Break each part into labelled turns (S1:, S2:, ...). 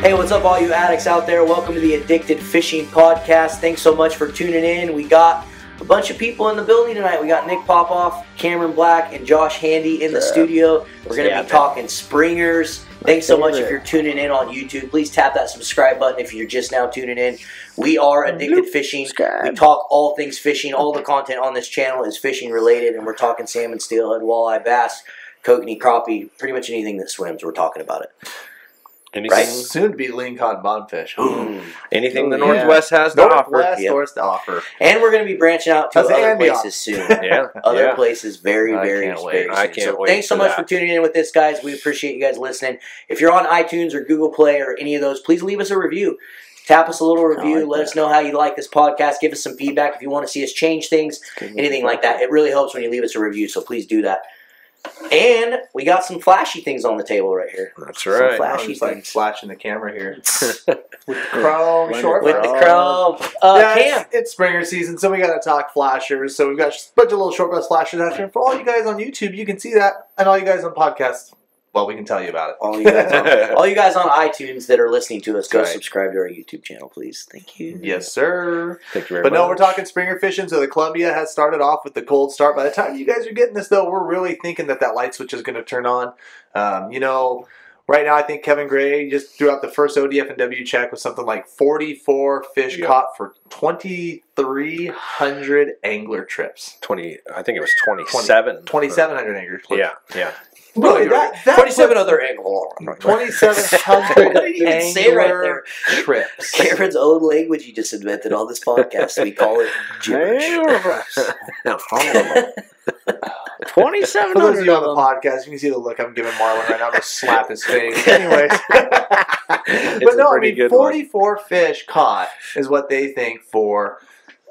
S1: Hey, what's up, all you addicts out there? Welcome to the Addicted Fishing Podcast. Thanks so much for tuning in. We got a bunch of people in the building tonight. We got Nick Popoff, Cameron Black, and Josh Handy in the studio. We're going
S2: Yeah,
S1: to be
S2: man.
S1: talking springers. Thanks so much if
S2: favorite.
S1: you're tuning in on YouTube. Please tap that subscribe button if you're just now tuning in. We are Addicted Fishing. We
S2: Subscribe.
S1: talk all things fishing. All the content on this channel is fishing related, and we're talking salmon, steelhead, walleye, bass, kokanee, crappie, pretty much anything that swims. We're talking about it.
S2: Anything,
S1: Right.
S3: Soon to be lean cod bonfish.
S2: anything the
S3: Oh, Yeah.
S2: Northwest has to offer.
S3: Northwest
S1: yeah.
S3: source to offer.
S1: And we're going to be branching out to
S3: That's
S1: other
S3: Antioch.
S1: places soon.
S2: Yeah,
S1: Other
S2: yeah.
S1: places very,
S3: I
S1: very,
S3: can't wait.
S1: very soon.
S2: I can't
S1: so
S2: wait
S1: Thanks so
S2: for
S1: much
S2: that.
S1: for tuning in with this, guys. We appreciate you guys listening. If you're on iTunes or Google Play or any of those, please leave us a review. Tap us a little review.
S3: like
S1: Let
S3: that.
S1: us know how you like this podcast. Give us some feedback if you want to see us change things, anything like that. It really helps when you leave us a review, so please do that. And we got some flashy things on the table right here.
S2: That's
S1: Some
S2: right.
S1: flashy
S3: I'm just like
S1: things.
S3: flashing the camera here. Chrome short
S1: With the
S3: bus.
S1: chrome. Uh,
S3: yeah,
S1: Cam,
S3: it's, it's springer season, so we gotta talk flashers. So we've got a bunch of little short bus flashers out here. For all you guys on YouTube, you can see that, and all you guys on podcasts, well, we can tell you about it.
S1: all you guys on All you guys on iTunes that are listening to us, go
S3: Right.
S1: subscribe to our YouTube channel, please. Thank you.
S3: yes, sir.
S2: Thank you very
S3: But
S2: much.
S3: no, we're talking springer fishing. So the Columbia has started off with the cold start. By the time you guys are getting this, though, we're really thinking that that light switch is going to turn on. Um, you know, right now I think Kevin Gray just threw out the first ODF and W check with something like 44 fish
S2: Yeah.
S3: caught for 2,300 angler trips.
S2: twenty. I think it was twenty-seven.
S3: 2,700 angler trips.
S2: Yeah, yeah.
S3: Really, that, that
S1: Twenty-seven other angle.
S3: puts 2,700
S1: What did you even say right
S3: angler trips.
S1: Karen's own language you just invented on this podcast. We call it gibberish.
S3: For
S2: Twenty-seven
S3: those of
S2: hundred
S3: you on the
S2: of them.
S3: podcast, you can see the look I'm giving Marlon right now. I'm gonna slap his face. Anyways,
S2: It's
S3: but
S2: a
S3: no, I
S2: pretty
S3: mean,
S2: good one.
S3: 44 fish caught is what they think for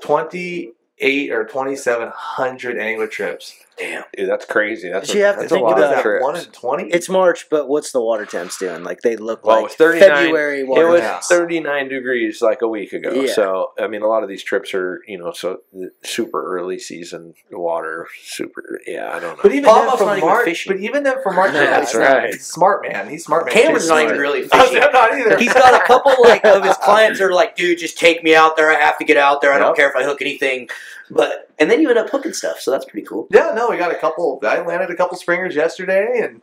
S3: 28 or 2,700 angler trips.
S1: Damn.
S2: Dude, that's crazy. That's
S4: But you have to
S2: that's
S4: think
S2: a lot
S3: what
S4: about
S3: is
S2: of
S3: that?
S2: trips.
S3: One in 20.
S4: It's March, but what's the water temps doing? Like they look
S2: Well,
S4: like
S2: it's 39.
S4: February
S2: it
S4: water.
S2: was
S3: house.
S2: 39 degrees like a week ago
S4: Yeah.
S2: so i mean a lot of these trips are you know so super early season water super yeah i don't know
S3: but even
S1: Paul
S3: then
S1: Hoff's not
S3: for
S1: even
S3: March,
S1: fishing.
S3: but even then for March,
S4: No,
S2: that's
S3: he's
S2: right.
S3: Smart man, he's smart man.
S1: Cameron's
S3: He's
S1: not
S3: smart.
S1: even really
S3: I
S1: fishing.
S3: am not either.
S1: He's got a couple like of his clients are like, dude, just take me out there. I have to get out there. I don't
S3: Yep.
S1: care if I hook anything. But and then you end up hooking stuff, so that's pretty cool.
S3: Yeah, no, we got a couple. I landed a couple springers yesterday and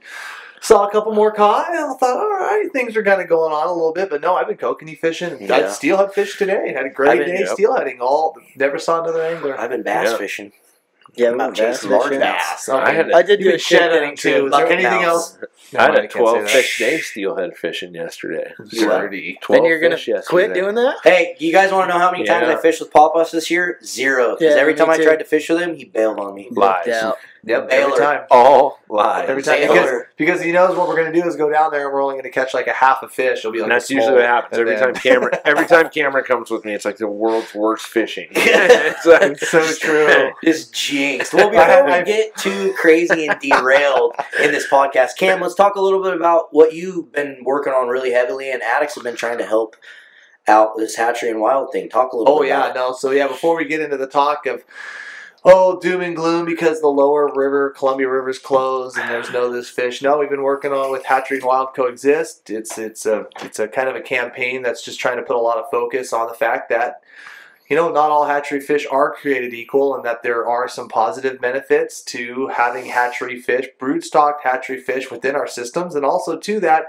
S3: saw a couple more caught. And I thought, all right, things are kind of going on a little bit. But no, I've been kokanee fishing.
S1: Yeah.
S3: I steelhead fish today. Had a
S1: I've
S3: great
S1: been-
S3: day
S2: yep.
S3: steelheading. All never saw another angler.
S1: I've been bass
S2: Yeah.
S1: fishing.
S4: yeah,
S1: I'm out
S4: we were
S1: chasing
S4: bass
S1: large
S4: fishing.
S1: bass.
S2: I had a-
S4: I did
S3: You've
S4: do
S3: been
S4: a shit
S3: shedding
S4: netting
S3: too.
S4: too.
S3: Is there
S1: bucket
S3: anything
S1: mouths.
S3: else?
S2: i had
S3: Never mind,
S2: a
S3: can't say
S2: 12
S3: that.
S2: fish day steelhead fishing yesterday
S3: Dirty.
S2: 12
S4: And you're gonna
S2: fish yesterday.
S4: quit doing that?
S1: Hey, you guys want to know how many times
S2: Yeah.
S1: I fished with Popos this year? Zero. Because
S4: Yeah,
S1: every
S4: me
S1: time I
S4: too.
S1: tried to fish with him, he bailed on me.
S2: Lies.
S4: No doubt.
S3: Yep,
S1: Baylor.
S3: every time.
S2: all live
S3: Every time
S1: Baylor.
S3: because, because he knows what we're gonna do is go down there and we're only gonna catch like a half a fish. It'll be like
S2: and
S3: a
S2: that's
S3: small-
S2: usually what happens every
S3: and then-
S2: time Cameron. Every time Cameron comes with me, it's like the world's worst fishing. It's like-
S3: It's so true.
S1: Just jinxed. Well,
S3: I
S1: before
S3: have-
S1: we
S3: I've-
S1: get too crazy and derailed in this podcast, Cam, let's talk a little bit about what you've been working on really heavily, and addicts have been trying to help out this hatchery and wild thing. Talk a little.
S3: Oh
S1: bit
S3: yeah,
S1: about
S3: no. So yeah, before we get into the talk of oh doom and gloom because the lower river, Columbia River's closed and there's no this fish. No, we've been working on with Hatchery and Wild Coexist. It's it's a it's a kind of a campaign that's just trying to put a lot of focus on the fact that you know not all hatchery fish are created equal and that there are some positive benefits to having hatchery fish, brood stocked hatchery fish within our systems, and also to that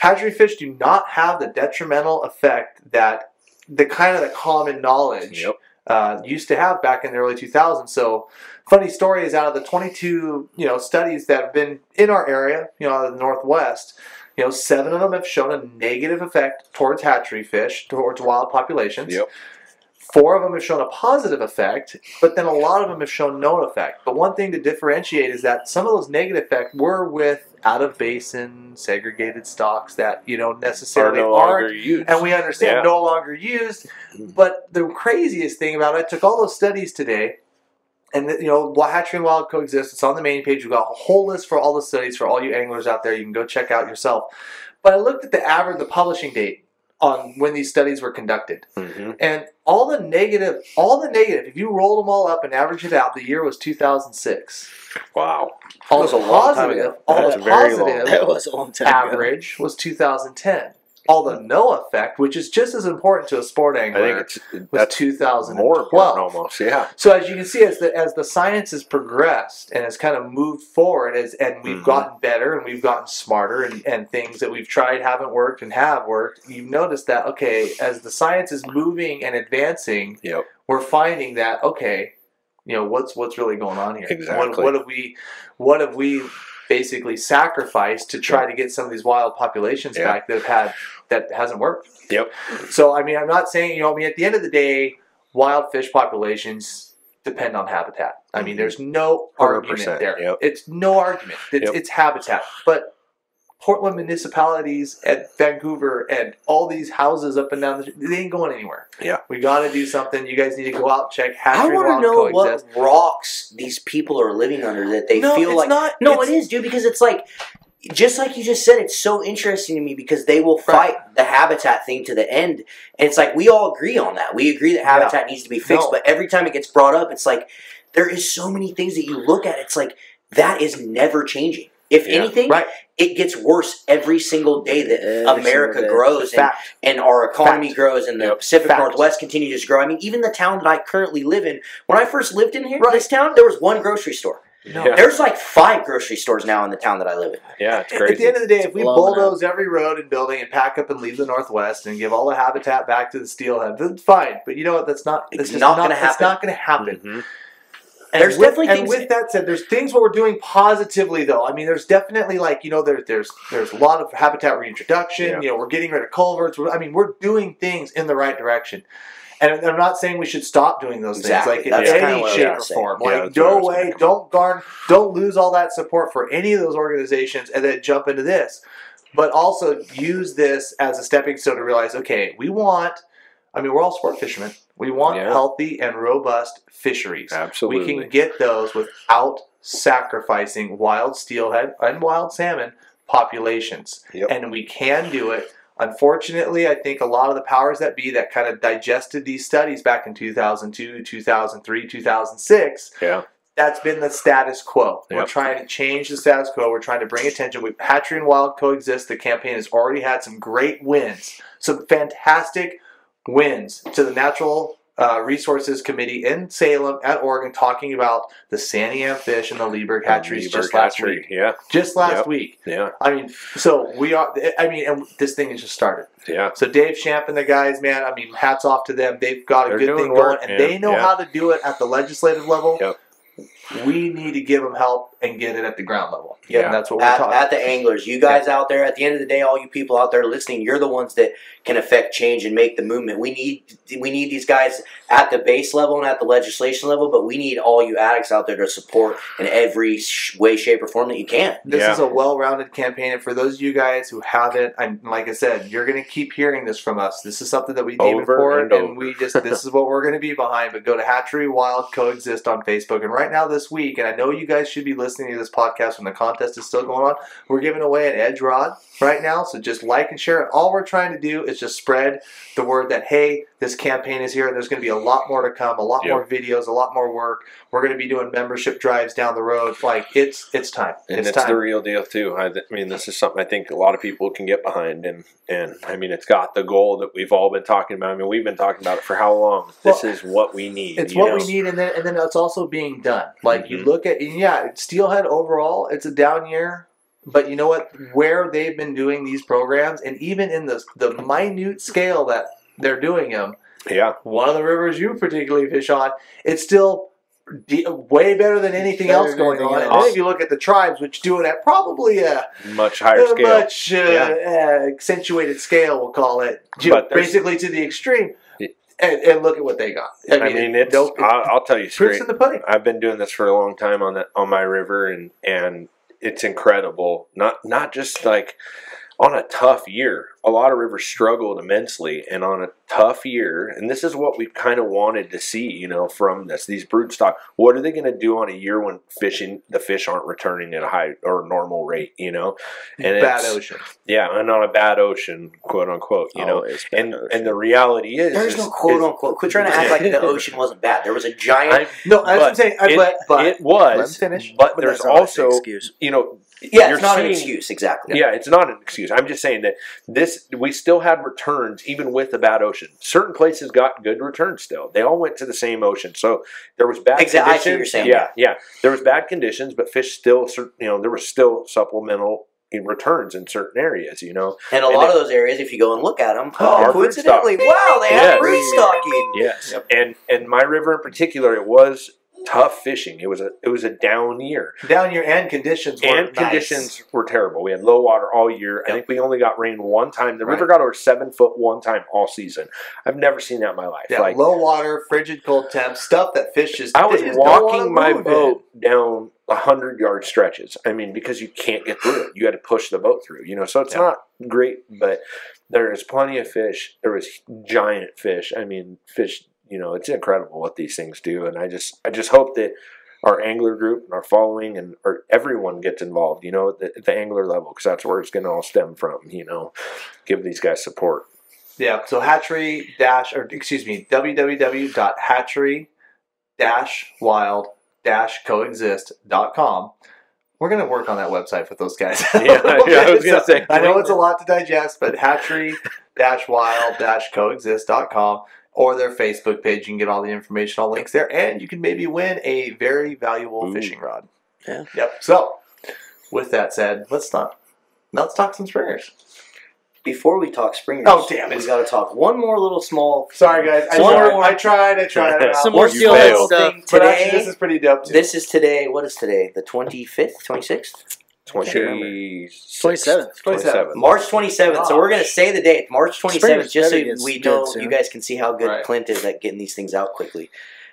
S3: hatchery fish do not have the detrimental effect that the kind of the common knowledge
S2: Yep.
S3: uh, used to have back in the early 2000s. So, funny story is out of the 22 you know studies that have been in our area, you know, the northwest, you know, seven of them have shown a negative effect towards hatchery fish, towards wild populations.
S2: Yep.
S3: Four of them have shown a positive effect, but then a lot of them have shown no effect. But one thing to differentiate is that some of those negative effects were with out of basin segregated stocks that you know
S2: Are
S3: necessarily
S2: no
S3: aren't
S2: longer used.
S3: and we understand
S2: Yeah.
S3: no longer used. But the craziest thing about it, I took all those studies today, and you know, Wild Hatchery and Wild coexist. It's on the main page. We've got a whole list for all the studies for all you anglers out there. You can go check out yourself. But I looked at the average, the publishing date on when these studies were conducted,
S2: Mhm.
S3: and all the negative, all the negative. If you rolled them all up and averaged it out, the year was 2006.
S2: Wow.
S3: All
S1: That was
S3: the
S1: a long time
S3: positive,
S1: ago.
S3: all
S2: That's
S3: the
S2: very long.
S3: positive
S4: That was a long time ago.
S3: average was 2010. Although no effect, which is just as important to a sport
S2: I
S3: angler,
S2: think it's
S3: was
S2: that's
S3: 2012.
S2: more important almost. Yeah,
S3: So as you can see, as the as the science has progressed and has kind of moved forward, as and we've
S2: Mhm.
S3: gotten better and we've gotten smarter, and, and things that we've tried haven't worked and have worked, you've noticed that okay, as the science is moving and advancing,
S2: yep.
S3: we're finding that okay, you know what's what's really going on here. What,
S2: Exactly.
S3: what have we, what have we basically sacrificed to try to get some of these wild populations
S2: Yeah.
S3: back that have had that hasn't worked.
S2: Yep.
S3: So I mean, I'm not saying you know. I mean, at the end of the day, wild fish populations depend on habitat. I mean, there's no argument
S2: 100%,
S3: there.
S2: Mm-hmm. yep.
S3: It's no argument. It's,
S2: Yep.
S3: it's habitat, but. Portland municipalities and Vancouver and all these houses up and down the they ain't going anywhere.
S2: Yeah.
S3: We gotta do something. You guys need to go out and check
S1: I
S3: hatchery
S1: want to
S3: wild
S1: know
S3: coexist.
S1: what rocks these people are living under that they
S3: no,
S1: feel
S3: it's
S1: like.
S3: not
S1: no,
S3: it's,
S1: it is, dude, because it's like, just like you just said, it's so interesting to me because they will
S3: Right.
S1: fight the habitat thing to the end. And it's like, we all agree on that. We agree that
S3: Yeah.
S1: habitat needs to be fixed,
S3: No.
S1: but every time it gets brought up, it's like, there is so many things that you look at. It's like, that is never changing. If
S2: Yeah.
S1: anything,
S3: Right.
S1: it gets worse every single day that
S4: Every
S1: America
S4: single day.
S1: grows and,
S3: fact.
S1: and our economy
S3: Fact.
S1: grows and the
S2: Yep.
S1: Pacific
S3: Fact.
S1: Northwest continues to grow. I mean, even the town that I currently live in, when I first lived in here,
S3: Right.
S1: this town, there was one grocery store.
S3: No.
S2: Yeah.
S1: There's like five grocery stores now in the town that I live in.
S2: Yeah, it's
S3: At the
S2: crazy.
S3: end of the day, if we
S4: Blowing
S3: bulldoze every road and building and pack up and leave the Northwest and give all the habitat back to the steelhead, then fine. But you know what? That's not. That's
S1: It's
S3: just
S1: not gonna
S3: That's
S1: happen.
S3: not going to happen.
S2: Mhm.
S3: And
S1: There's
S3: with,
S1: definitely
S3: and
S1: things-
S3: with that said, there's things what we're doing positively though. I mean, there's definitely like you know there, there's there's a lot of habitat reintroduction.
S2: Yeah.
S3: You know, we're getting rid of culverts. We're, I mean, we're doing things in the right direction. And I'm not saying we should stop doing those
S1: Exactly.
S3: things, like
S1: That's
S3: in
S1: kinda
S3: any
S1: what I
S3: shape or
S1: was
S3: form.
S2: saying. Yeah,
S3: like
S2: that's what I
S3: no
S2: was
S3: way,
S2: thinking.
S3: don't garn, don't lose all that support for any of those organizations, and then jump into this. But also use this as a stepping stone to realize, okay, we want. I mean, we're all sport fishermen. We want
S2: Yeah.
S3: healthy and robust fisheries.
S2: Absolutely.
S3: We can get those without sacrificing wild steelhead and wild salmon populations.
S2: Yep.
S3: And we can do it. Unfortunately, I think a lot of the powers that be that kind of digested these studies back in 2002, 2003, 2006,
S2: yeah,
S3: that's been the status quo. We're
S2: Yep.
S3: trying to change the status quo. We're trying to bring attention. We, Hatchery and Wild coexist. The campaign has already had some great wins, some fantastic wins to the Natural uh, Resources Committee in Salem at Oregon, talking about the Saniam fish and the Lieberg hatcheries
S2: Lieberg
S3: just last
S2: hatchery.
S3: week.
S2: Yeah,
S3: Just last
S2: Yep.
S3: week.
S2: yeah,
S3: I mean, so we are. I mean, and this thing has just started.
S2: yeah.
S3: So Dave Champ and the guys, man, I mean, hats off to them. They've got a
S2: They're
S3: good
S2: doing
S3: thing
S2: work,
S3: going,
S2: man.
S3: and they know
S2: Yeah.
S3: how to do it at the legislative level.
S2: Yep.
S3: We need to give them help and get it at the ground level.
S2: Yeah.
S3: and that's what we're
S1: At,
S3: talking.
S1: at the anglers, you guys out there, at the end of the day, all you people out there listening, you're the ones that can affect change and make the movement. We need we need these guys at the base level and at the legislation level, but we need all you addicts out there to support in every sh- way, shape, or form that you can.
S3: this
S2: Yeah.
S3: is a well-rounded campaign, and for those of you guys who haven't, I'm like I said, you're going to keep hearing this from us. This is something that we deem
S2: Over and
S3: important, and,
S2: over.
S3: we just this is what we're going to be behind. But go to Hatchery Wild Coexist on Facebook, and right now this week, and I know you guys should be listening to this podcast when the contest is still going on. We're giving away an edge rod right now, so just like and share. And all we're trying to do is just spread the word that hey, this campaign is here, and there's going to be a lot more to come, a lot
S2: Yeah.
S3: more videos, a lot more work. We're going to be doing membership drives down the road. Like it's it's time.
S2: And it's,
S3: time.
S2: the real deal too. I, th- I mean, this is something I think a lot of people can get behind, and and I mean, it's got the goal that we've all been talking about. I mean, we've been talking about it for how long? this is what we need.
S3: It's
S2: you
S3: what
S2: know?
S3: we need, and then and then it's also being done. Like you
S2: Mhm.
S3: look at and yeah, Steelhead overall, it's a down year, but you know what? Where they've been doing these programs, and even in the the minute scale that they're doing them,
S2: Yeah,
S3: one of the rivers you particularly fish on, it's still de- way better than anything
S4: Better
S3: else
S4: than
S3: going
S4: anything
S3: on. And
S2: else.
S3: then if you look at the tribes, which do it at probably a,
S2: much higher
S3: a
S2: scale.
S3: much uh,
S2: Yeah.
S3: uh, accentuated scale, we'll call it, ju-
S2: But there's-
S3: basically to the extreme.
S2: Yeah.
S3: And, and look at what they got.
S2: I mean, it's.
S3: no-
S2: I'll, I'll tell you straight.
S3: proof's in the pudding.
S2: I've been doing this for a long time on the, on my river, and and it's incredible. Not not just like on a tough year. A lot of rivers struggled immensely, and on a tough year, and this is what we kind of wanted to see, you know, from this. These brood stock. What are they going to do on a year when fishing the fish aren't returning at a high or normal rate? You know, and
S3: Bad
S2: it's-
S3: ocean.
S2: yeah, and on a bad ocean, quote unquote.
S1: Oh,
S2: You know,
S4: Always
S2: and
S4: better.
S2: and the reality is
S1: There's
S2: is-
S1: no quote
S2: is-
S1: unquote. Quit trying to act like the ocean wasn't bad. There was a giant.
S2: I-
S3: No, that's what I'm saying. I-
S2: it-
S3: but but
S2: it was,
S3: Let him finish.
S2: but
S4: But
S2: there's
S4: that's not an
S2: also
S4: excuse.
S2: you know
S1: yeah,
S2: you're
S1: it's not an
S2: seeing-
S1: excuse. Exactly.
S2: yeah. it's not an excuse i'm just saying that this this we still had returns even with a bad ocean. Certain places got good returns still. They all went to the same ocean, so there was bad
S1: Exactly, I see what
S2: conditions.
S1: you're saying.
S2: Yeah, yeah, there was bad conditions, but fish still, cer- you know, there was still supplemental eh, returns in certain areas. You know,
S1: And a
S2: And
S1: lot
S2: it-
S1: of those areas, if you go and look at them,
S2: Are
S1: oh,
S2: brood
S1: coincidentally,
S2: stock.
S1: wow, they have
S2: Yeah.
S1: brood stocking.
S2: Yes,
S3: Yep.
S2: and and my river in particular, it was tough fishing. It was a it was a down year,
S3: Down year and conditions were
S2: and conditions were terrible. We had low water all year. I
S3: Yep.
S2: think we only got rain one time. The
S3: Right.
S2: river got over seven foot one time all season. I've never seen that in my life.
S3: Yeah,
S2: like
S3: low water, frigid, cold temps, stuff that fish just.
S2: I
S3: they
S2: was
S3: just don't wanna
S2: walking my
S3: move
S2: boat down a hundred yard stretches. I mean, because you can't get through it, you had to push the boat through. You know, so it's
S3: Yeah.
S2: not great, but there is plenty of fish. There was giant fish. I mean, fish. You know, it's incredible what these things do, and I just, I just hope that our angler group and our following and or everyone gets involved. You know, at the, at the angler level, because that's where it's going to all stem from. You know, give these guys support.
S3: it. Yeah, so hatchery dash or excuse me, www.hatchery dash wild dash coexist.com. We're gonna work on that website with those guys.
S2: Yeah, yeah, I was gonna say.
S3: I know it's a lot to digest, but hatchery dash wild dash coexist.com or their Facebook page. You can get all the information, all links there, and you can maybe win a very valuable
S2: Ooh.
S3: fishing rod.
S4: Yeah.
S3: Yep. So with that said, let's not let's talk some springers.
S1: Before we talk springers,
S3: Oh, damn it.
S1: we got to talk one more little small.
S3: Sorry guys. I
S1: One
S3: tried,
S1: more.
S3: I tried, I tried. I
S4: Some
S3: tried.
S4: more
S2: You
S4: steel head
S2: failed.
S4: stuff.
S1: thing
S3: But actually, this
S1: today.
S3: is pretty dope too.
S1: This is today. What is today? The twenty fifth, twenty sixth,
S2: Twenty
S4: 27th.
S1: March twenty seventh. So we're gonna say the date, March twenty seventh,
S4: Springers
S1: just so
S4: better get
S1: we
S4: good
S1: know
S4: soon.
S1: you guys can see how good
S3: Right.
S1: Clint is at getting these things out quickly.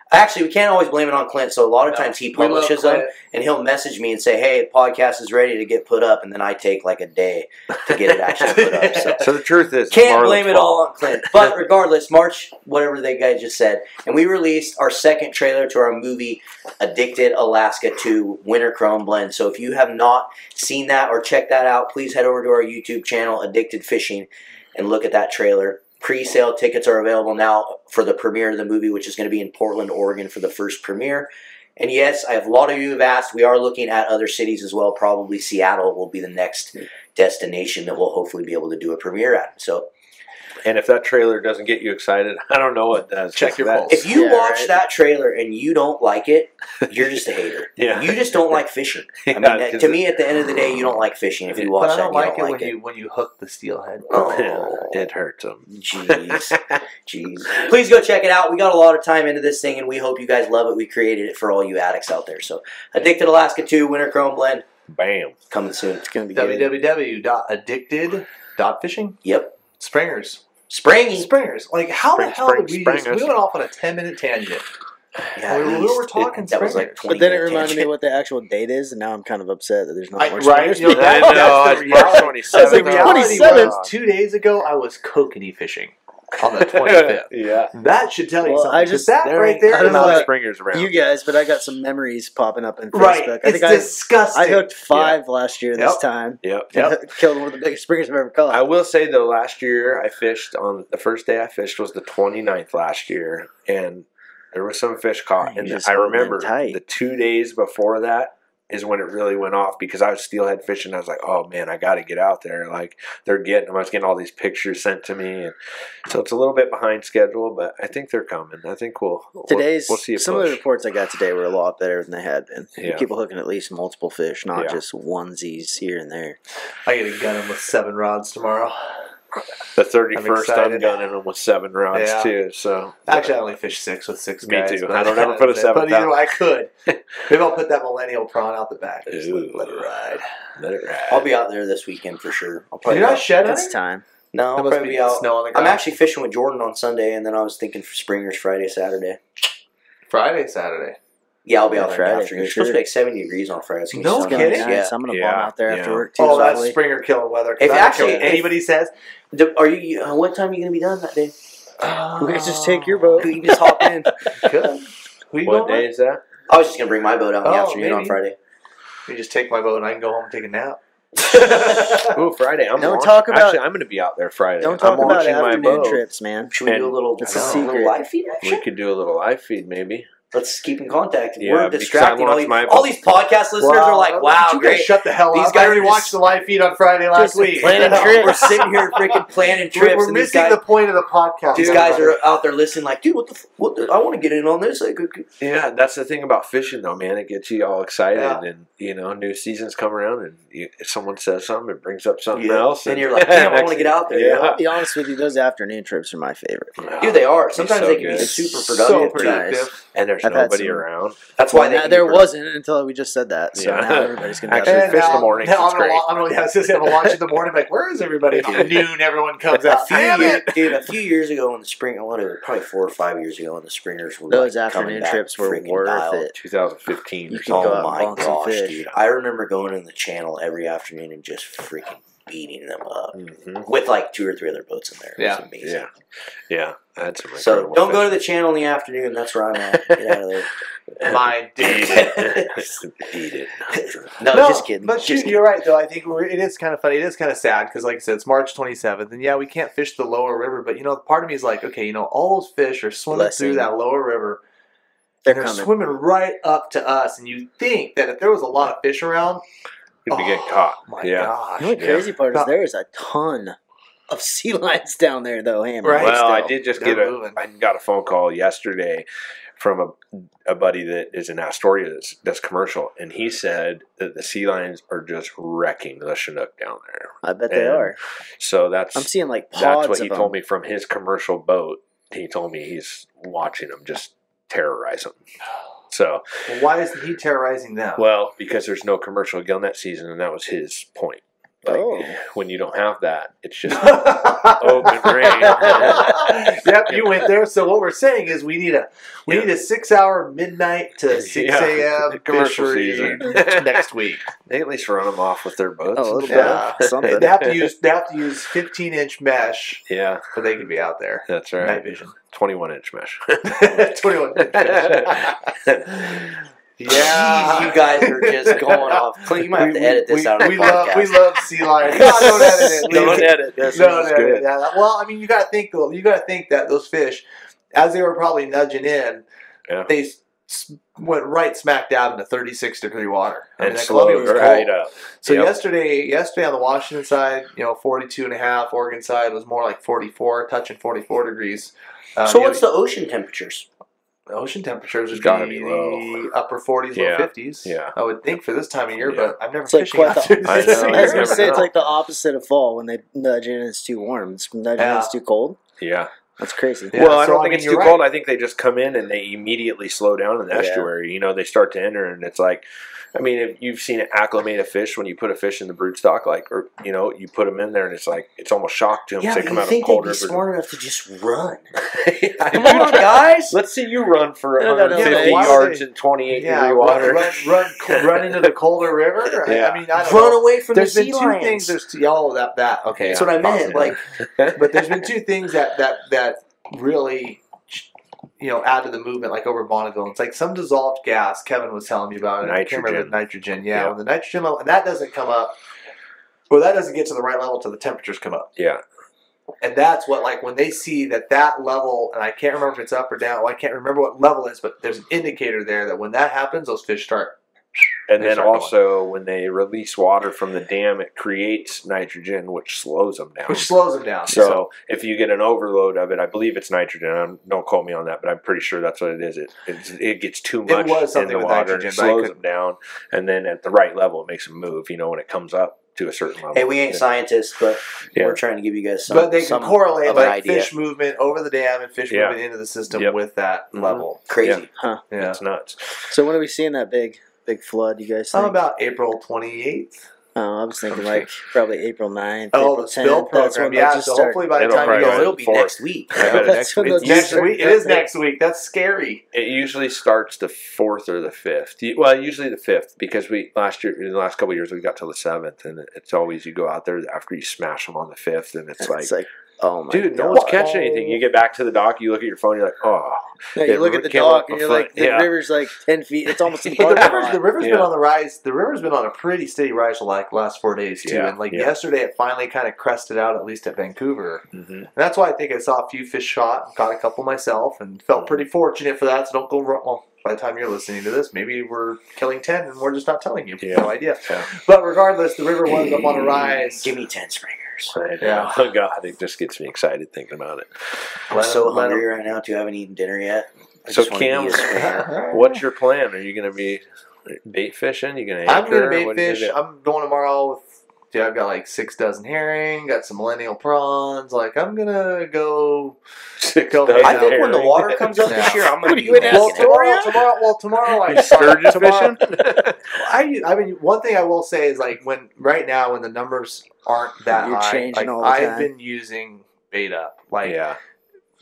S1: Actually, we can't always blame it on Clint. So a lot of
S3: No.
S1: times he
S3: We love
S1: publishes
S3: Clint.
S1: them, and he'll message me and say, "Hey, podcast is ready to get put up," and then I take like a day to get it actually put up. So
S2: So the truth is,
S1: Can't
S2: Marlon's
S1: blame it
S2: fault.
S1: all on Clint. But regardless, March, whatever that guy just said. And we released our second trailer to our movie, Addicted Alaska 2 Winter Chrome Blend. So if you have not seen that or checked that out, please head over to our YouTube channel, Addicted Fishing, and look at that trailer. Pre sale tickets are available now for the premiere of the movie, which is going to be in Portland, Oregon for the first premiere. And yes, I have a lot of you have asked. We are looking at other cities as well. Probably Seattle will be the next destination that we'll hopefully be able to do a premiere at. So
S2: And if that trailer doesn't get you excited, I don't know what does.
S3: Check your
S2: That-
S3: pulse.
S1: If you
S4: Yeah,
S1: watch
S4: right.
S1: that trailer and you don't like it, you're just a hater.
S2: Yeah.
S1: You just don't like fishing. I mean,
S2: Yeah,
S1: that-
S2: 'cause
S1: to me, at the end of the day, you don't like fishing. If you watch
S3: But I
S1: that,
S3: don't like
S1: you
S3: it
S1: don't
S3: when
S1: like it.
S3: you when you hook the steelhead.
S1: Oh,
S2: it hurts them.
S1: jeez, jeez. Please go check it out. We got a lot of time into this thing, and we hope you guys love it. We created it for all you addicts out there. So, Addicted Alaska 2, Winter Chrome Blend,
S2: Bam.
S1: coming soon.
S4: It's gonna be good.
S3: www.addicted.fishing.
S1: Yep.
S3: Springers.
S1: Springy.
S3: Springers. Like how the
S2: Spring,
S3: hell
S2: spring,
S3: did we just,
S2: springers.
S3: we went off on a 10 minute tangent.
S1: Yeah,
S3: we,
S1: at
S3: we were
S1: least.
S3: talking
S1: That was
S3: springers.
S1: like 20
S4: But then it
S1: minute
S4: reminded me
S1: tangent.
S4: what the actual date is, and now I'm kind of upset that there's no
S3: I-
S4: more.
S3: right,
S4: Springers.
S3: you know, that-
S2: I know,
S3: that's the
S2: it's March
S3: reality.
S2: 27th.
S3: the reality
S4: 27th.
S3: was two days ago I was kokanee fishing on the 25th.
S2: yeah.
S3: that should tell you
S4: Well,
S3: something.
S4: I
S3: 'cause
S4: just-
S3: that
S4: there
S3: right
S4: ain't-
S3: there
S4: I don't
S3: is
S4: know
S3: like-
S4: about
S2: springers around.
S4: You guys, but I got some memories popping up in Facebook.
S3: right.
S4: I
S3: It's
S4: think I,
S3: disgusting.
S4: I hooked five last year this
S3: Yep.
S4: time.
S2: yep.
S3: Yep.
S4: Killed one of the biggest springers I've ever caught.
S2: I will say though, last year I fished on the first day I fished was the 29th last year, and there was some fish caught.
S4: You're
S2: and
S4: just
S2: I
S4: holding it
S2: remember
S4: tight.
S2: the two days before that is when it really went off because I was steelhead fishing. I was like, oh man, I got to get out there. Like they're getting, them. I was getting all these pictures sent to me, and so it's a little bit behind schedule, but I think they're coming. I think we'll we'll-
S4: Today's
S2: we'll, see it
S4: some of the
S2: push.
S4: reports I got today were a lot better than they had been.
S2: Yeah.
S4: People hooking at least multiple fish, not
S2: Yeah.
S4: just onesies here and there.
S3: I gotta gun him with seven rods tomorrow.
S2: the thirty first. I'm,
S3: excited.
S2: gunning them with seven rounds
S3: Yeah.
S2: too. So
S3: Actually, I only fish six with six
S2: Me
S3: guys.
S2: too.
S3: but-
S2: I don't ever put a seventh
S3: But either
S2: out.
S3: way, I could. Maybe I'll put that millennial prawn out the back. and Just
S2: Ooh.
S3: let it ride.
S2: let it ride.
S1: I'll be out there this weekend for sure. I'll
S3: You're
S1: probably
S3: not shed
S4: It's
S3: hunting?
S4: time.
S1: no,
S3: That
S1: I'll
S3: must
S1: probably
S3: be
S1: be out
S3: snow on the ground.
S1: I'm actually fishing with Jordan on Sunday, and then I was thinking for Springer's Friday, Saturday.
S3: Friday, Saturday.
S1: Yeah, I'll be
S4: Yeah,
S1: out there in the
S4: Friday,
S1: afternoon. It's
S4: for
S1: supposed to
S4: sure.
S1: be like 70 degrees on Friday. It's gonna be
S3: No
S4: It's
S1: so
S4: gonna
S1: nice.
S4: be
S3: kidding?
S1: Yeah.
S4: nice. I'm gonna
S2: Yeah,
S4: bomb out there
S2: yeah.
S4: after work too.
S3: Oh, that's
S4: probably.
S3: Springer killing weather. 'cause
S1: If
S3: I don't care
S1: actually-
S3: what anybody says,
S1: Do- Are you? Uh, what time are you gonna be done that day?
S2: Oh.
S4: We could just take your boat.
S1: You can just hop in.
S3: Good. Who you
S2: what
S3: going
S2: day
S3: with?
S2: is that?
S1: I was just gonna bring my boat out in the
S3: Oh,
S1: afternoon on
S3: maybe.
S1: Friday.
S3: You just take my boat and I can go home and take a nap.
S2: Ooh, Friday. I'm
S4: Don't
S2: launching-
S4: talk about-
S2: Actually, I'm going to be out there Friday.
S4: Don't talk
S2: I'm
S4: about
S2: launching my
S4: afternoon
S2: boat.
S4: trips, man.
S1: Should we
S2: And-
S1: do a little,
S4: It's a
S1: I don't know, a little
S4: secret.
S1: live feed action?
S2: We could do a little live feed, maybe.
S1: Let's keep in contact.
S2: Yeah,
S1: We're
S2: because I
S1: distracting all
S2: launched
S1: these,
S2: my-
S1: all these podcast listeners are like, wow,
S3: you
S1: great.
S3: guys shut the hell
S1: These
S3: up. I
S1: guys
S3: already
S1: are
S3: watched the live feed on Friday last
S4: Just
S3: week.
S1: planning
S3: We're-
S1: trips. We're sitting here freaking planning trips.
S3: We're,
S1: and these
S3: missing
S1: guys,
S3: the point of the podcast.
S1: these guys are out there listening, like, dude, what the? F- what the I want to get in on this. Like,
S2: Yeah, that's the thing about fishing, though, man. It gets you all excited,
S3: Yeah.
S2: and you know, new seasons come around, and you, if someone says something, it brings up something
S1: Yeah.
S2: else,
S1: And you're like, damn, I
S2: next
S1: wanna get
S2: thing-
S1: out there, you
S2: Yeah,
S1: know?
S4: I'll be honest with you, those afternoon trips are my favorite.
S1: dude, they are. Sometimes
S2: so
S1: they can be
S2: good.
S1: super
S3: so
S1: productive.
S4: pretty.
S3: productive.
S2: and there's
S4: I've had
S2: nobody
S4: some-
S2: around.
S1: That's why they
S4: Now,
S1: can
S4: there
S1: be
S4: wasn't until we just said that. So
S2: Yeah.
S4: now everybody's gonna
S2: Actually,
S4: have
S2: fish in the morning.
S3: Now
S2: It's
S3: um, I'm, gonna,
S2: great.
S3: wa- I'm, gonna, yeah, I was gonna say, I'm gonna watch in the morning. Like, where is everybody? At noon, everyone comes
S1: a
S3: out.
S1: few
S3: Damn
S1: years,
S3: it!
S1: dude, a few years ago in the spring, whatever, probably four or five years ago in the springers were
S4: those
S1: like, coming
S4: afternoon
S1: back
S4: trips were
S1: freaking
S4: worth
S1: dialed.
S4: it.
S2: 2015
S4: You
S2: or
S4: can
S2: something.
S4: go
S1: Oh
S4: out
S1: my
S4: bonking some
S1: gosh,
S4: fish.
S1: dude! I remember going in the channel every afternoon and just freaking beating them up
S2: Mhm.
S1: with like two or three other boats in there. It
S3: Yeah,
S1: was amazing.
S2: Yeah, yeah, that's some
S1: So
S2: incredible
S1: don't go to
S2: fish.
S1: the channel in the afternoon. That's where I'm at. Get out of there.
S3: Mine,
S2: Eat
S3: dude.
S2: it. Eat it.
S1: No,
S3: No,
S1: just kidding.
S3: But
S1: just
S3: shoot,
S1: kidding.
S3: you're right, though. I think we're- it is kind of funny. It is kind of sad because, like I said, it's March 27th, and yeah, we can't fish the lower river. But you know, part of me is like, okay, you know, all those fish are swimming
S4: Blessing.
S3: through that lower river.
S4: They're
S3: They're
S4: coming.
S3: swimming right up to us, and you think that if there was a lot of fish around,
S2: If you get
S3: Oh,
S2: caught,
S3: my
S2: yeah.
S3: gosh,
S4: The only
S2: Yeah.
S4: crazy part is
S3: No.
S4: there is a ton of sea lions down there, though. Hammer.
S3: Right.
S2: Well, I
S4: Still.
S2: did just
S3: They're
S2: get a
S3: moving.
S2: I got a phone call yesterday from a, a buddy that is in Astoria that's, that's commercial, and he said that the sea lions are just wrecking the Chinook down there.
S4: I bet they
S2: And
S4: are.
S2: So that's
S4: I'm seeing like pods
S2: that's what he
S4: of 'em.
S2: told me from his commercial boat. He told me he's watching them just terrorize them. So
S3: Well, why isn't he terrorizing them?
S2: well because there's no commercial gillnet season, and that was his point. Like,
S4: Oh.
S2: When you don't have that, it's just open range.
S3: yep, you went there. So what we're saying is we need a we
S2: Yeah.
S3: need a six hour midnight to six
S2: Yeah.
S3: a.m.
S2: Commercial
S3: fishery
S2: season.
S3: next week.
S2: They at least run them off with their boats.
S4: A little bit
S3: Yeah.
S4: of something.
S3: They have to use they have to use fifteen inch mesh,
S2: Yeah,
S3: but they can be out there.
S2: that's
S3: Night
S2: right.
S3: vision,
S2: 21 inch mesh.
S3: twenty one inch mesh.
S1: Jeez, you guys are just going off. Clint, you might have to edit this
S3: we,
S1: out. of
S3: We
S1: the
S3: love we
S1: podcast.
S3: love sea lions. God, don't edit it. Leave it.
S4: edit this.
S3: No,
S2: is
S3: no,
S2: good.
S3: yeah, that- Well, I mean, you got to think. though, You got to think that those fish, as they were probably nudging in,
S2: Yeah.
S3: they s- s- went right smack down into 36 degree water. I mean,
S2: and
S3: that Columbia
S2: slowed
S3: was
S2: right
S3: cold.
S2: up.
S3: So
S2: Yep.
S3: yesterday, yesterday on the Washington side, you know, 42 and a half. Oregon side was more like 44, touching 44 degrees. Um,
S1: So
S3: you know,
S1: what's the ocean temperatures?
S3: the ocean temperatures? Would
S2: Gotta
S3: be,
S2: be low.
S3: the upper 40s,
S2: Yeah.
S3: low 50s.
S2: Yeah.
S3: I would think for this time of year,
S2: Yeah.
S3: but I'm never
S4: It's like
S3: fishing
S4: quite
S3: out
S4: the-
S3: there.
S2: I
S4: That's
S2: know, you
S4: what
S2: never
S4: I'm saying. It's
S2: know.
S4: like the opposite of fall when they nudge in and it's too warm. It's nudge in
S3: Yeah.
S4: and it's too cold.
S2: Yeah.
S4: That's crazy.
S3: Yeah,
S2: well, I
S3: so,
S2: don't
S3: I
S2: think
S3: mean,
S2: it's
S3: you're
S2: too
S3: right.
S2: cold. I think they just come in and they immediately slow down in the
S4: Yeah.
S2: estuary. You know, they start to enter and it's like, I mean, if you've seen it acclimate a fish when you put a fish in the brood stock, like, or, you know, you put them in there and it's like, it's almost shock to them.
S1: Yeah,
S2: they
S1: but
S2: come
S1: you
S2: out
S1: think
S2: of cold
S1: they'd be
S2: river.
S1: smart enough to just run?
S2: Come
S1: Come on, guys.
S2: Let's see you run for
S4: No, no, no,
S2: 150
S4: why
S3: would
S2: yards
S3: they-
S2: in 28
S3: Yeah,
S2: degree
S3: run,
S2: water.
S3: run, run, run into the colder river. I-
S2: Yeah.
S3: I, mean, I don't know.
S1: Run away from
S3: There's
S1: the
S3: been
S1: sea
S3: two
S1: lions.
S3: things. There's two, oh, that that okay.
S1: That's what I meant.
S2: Possibly.
S1: Like
S3: But there's been two things that that that really, you know, add to the movement. Like over Bonneville, it's like some dissolved gas. Kevin was telling me about it. I can't remember
S2: Nitrogen.
S3: the nitrogen. Yeah,
S2: Yeah.
S3: when the nitrogen level and that doesn't come up, or that doesn't get to the right level till the temperatures come up.
S2: yeah.
S3: And that's what like when they see that that level, and I can't remember if it's up or down. Well, I can't remember what level it is, but there's an indicator there that when that happens, those fish start.
S2: And
S3: They
S2: then
S3: start going.
S2: also, when they release water from the dam, it creates nitrogen, which slows them down.
S3: Which slows them down.
S2: So if you get an overload of it, I believe it's nitrogen. I'm, don't quote me on that, but I'm pretty sure that's what it is. It it's, it gets too much
S3: was something
S2: in the
S3: with
S2: water,
S3: nitrogen,
S2: it
S3: but I
S2: slows them
S3: couldn't-
S2: down, and then at the right level, it makes them move. You know, when it comes up to a certain level.
S1: hey, we ain't scientists, but
S2: Yeah.
S1: we're trying to give you guys some.
S3: but they can
S1: some
S3: correlate
S1: of an
S3: like
S1: idea.
S3: fish movement over the dam and fish
S2: Yeah.
S3: movement into the system
S2: Yep.
S3: with that
S2: Mhm.
S3: level.
S1: crazy.
S3: Yeah.
S2: It's nuts.
S4: So when are we seeing that big, big flood? You guys
S3: I'm
S4: think?
S3: about April 28th.
S4: oh, I was thinking like probably April 9th.
S3: Oh,
S4: April
S3: the spill
S4: 10th. That's when
S3: program.
S4: they
S3: Yeah,
S4: just
S3: so
S4: start.
S3: hopefully by the
S2: It'll
S3: time
S2: probably
S3: you
S1: No,
S2: Right,
S1: it'll
S2: right,
S3: go,
S1: be
S2: forward.
S1: next week.
S2: I bet
S4: That's
S2: next
S4: when
S2: week.
S4: they'll
S3: it's next
S4: start-
S3: week. It is next week. That's scary.
S2: It usually starts the fourth or the fifth. You- Well, usually the fifth because we last year, in the last couple of years, we got to the seventh, and it's always you go out there after you smash them on the fifth, and it's like,
S4: It's like Oh my
S2: Dude, no
S4: God.
S2: one's catching anything. You get back to the dock, you look at your phone, you're like, oh,
S4: Yeah, you
S2: it
S4: look at the
S2: came up
S4: dock and
S2: a
S4: you're like,
S2: foot,
S4: the
S2: yeah.
S4: river's like ten feet. It's almost in
S3: But the
S4: front of
S3: river's, the
S4: mine.
S3: river's been
S2: Yeah.
S3: on the rise. The river's been on a pretty steady rise for like last four days too.
S2: Yeah,
S3: and like
S2: yeah.
S3: yesterday, it finally kind of crested out at least at Vancouver. And that's why I think I saw a few fish shot, got a couple myself, and felt pretty fortunate for that. So don't go wrong. Well, by the time you're listening to this, maybe we're killing ten, and we're just not telling you.
S2: Yeah.
S3: No idea.
S2: Yeah.
S3: But regardless, the river was up on a rise.
S1: Give me ten springers.
S2: I
S3: Yeah.
S2: know. Oh, God, it just gets me excited thinking about it.
S1: I'm so hungry right now too. I haven't eaten dinner yet. I
S2: So
S1: just wanna eat
S2: Cam-
S1: a springer.
S2: What's your plan? Are you going to be bait fishing? You going to
S3: I'm
S2: anchor?
S3: gonna bait
S2: What are you
S3: fish. I'm going tomorrow with. Dude, I've got like six dozen herring. Got some millennial prawns. Like I'm gonna go.
S2: Six
S3: I
S2: dozen
S1: I think when the
S2: herring.
S1: water comes up this year, I'm
S4: What
S1: gonna
S4: are
S1: be
S4: you an
S1: like-
S3: Well,
S4: Ask
S3: tomorrow,
S4: Victoria?
S3: tomorrow, well, tomorrow I
S2: You sturgeon
S3: tomorrow-
S2: fishing?
S3: I, I mean, one thing I will say is like when right now when the numbers aren't that
S4: You're
S3: high,
S4: changing
S3: like,
S4: all the
S3: I've
S4: time.
S3: been using bait up, like
S2: yeah.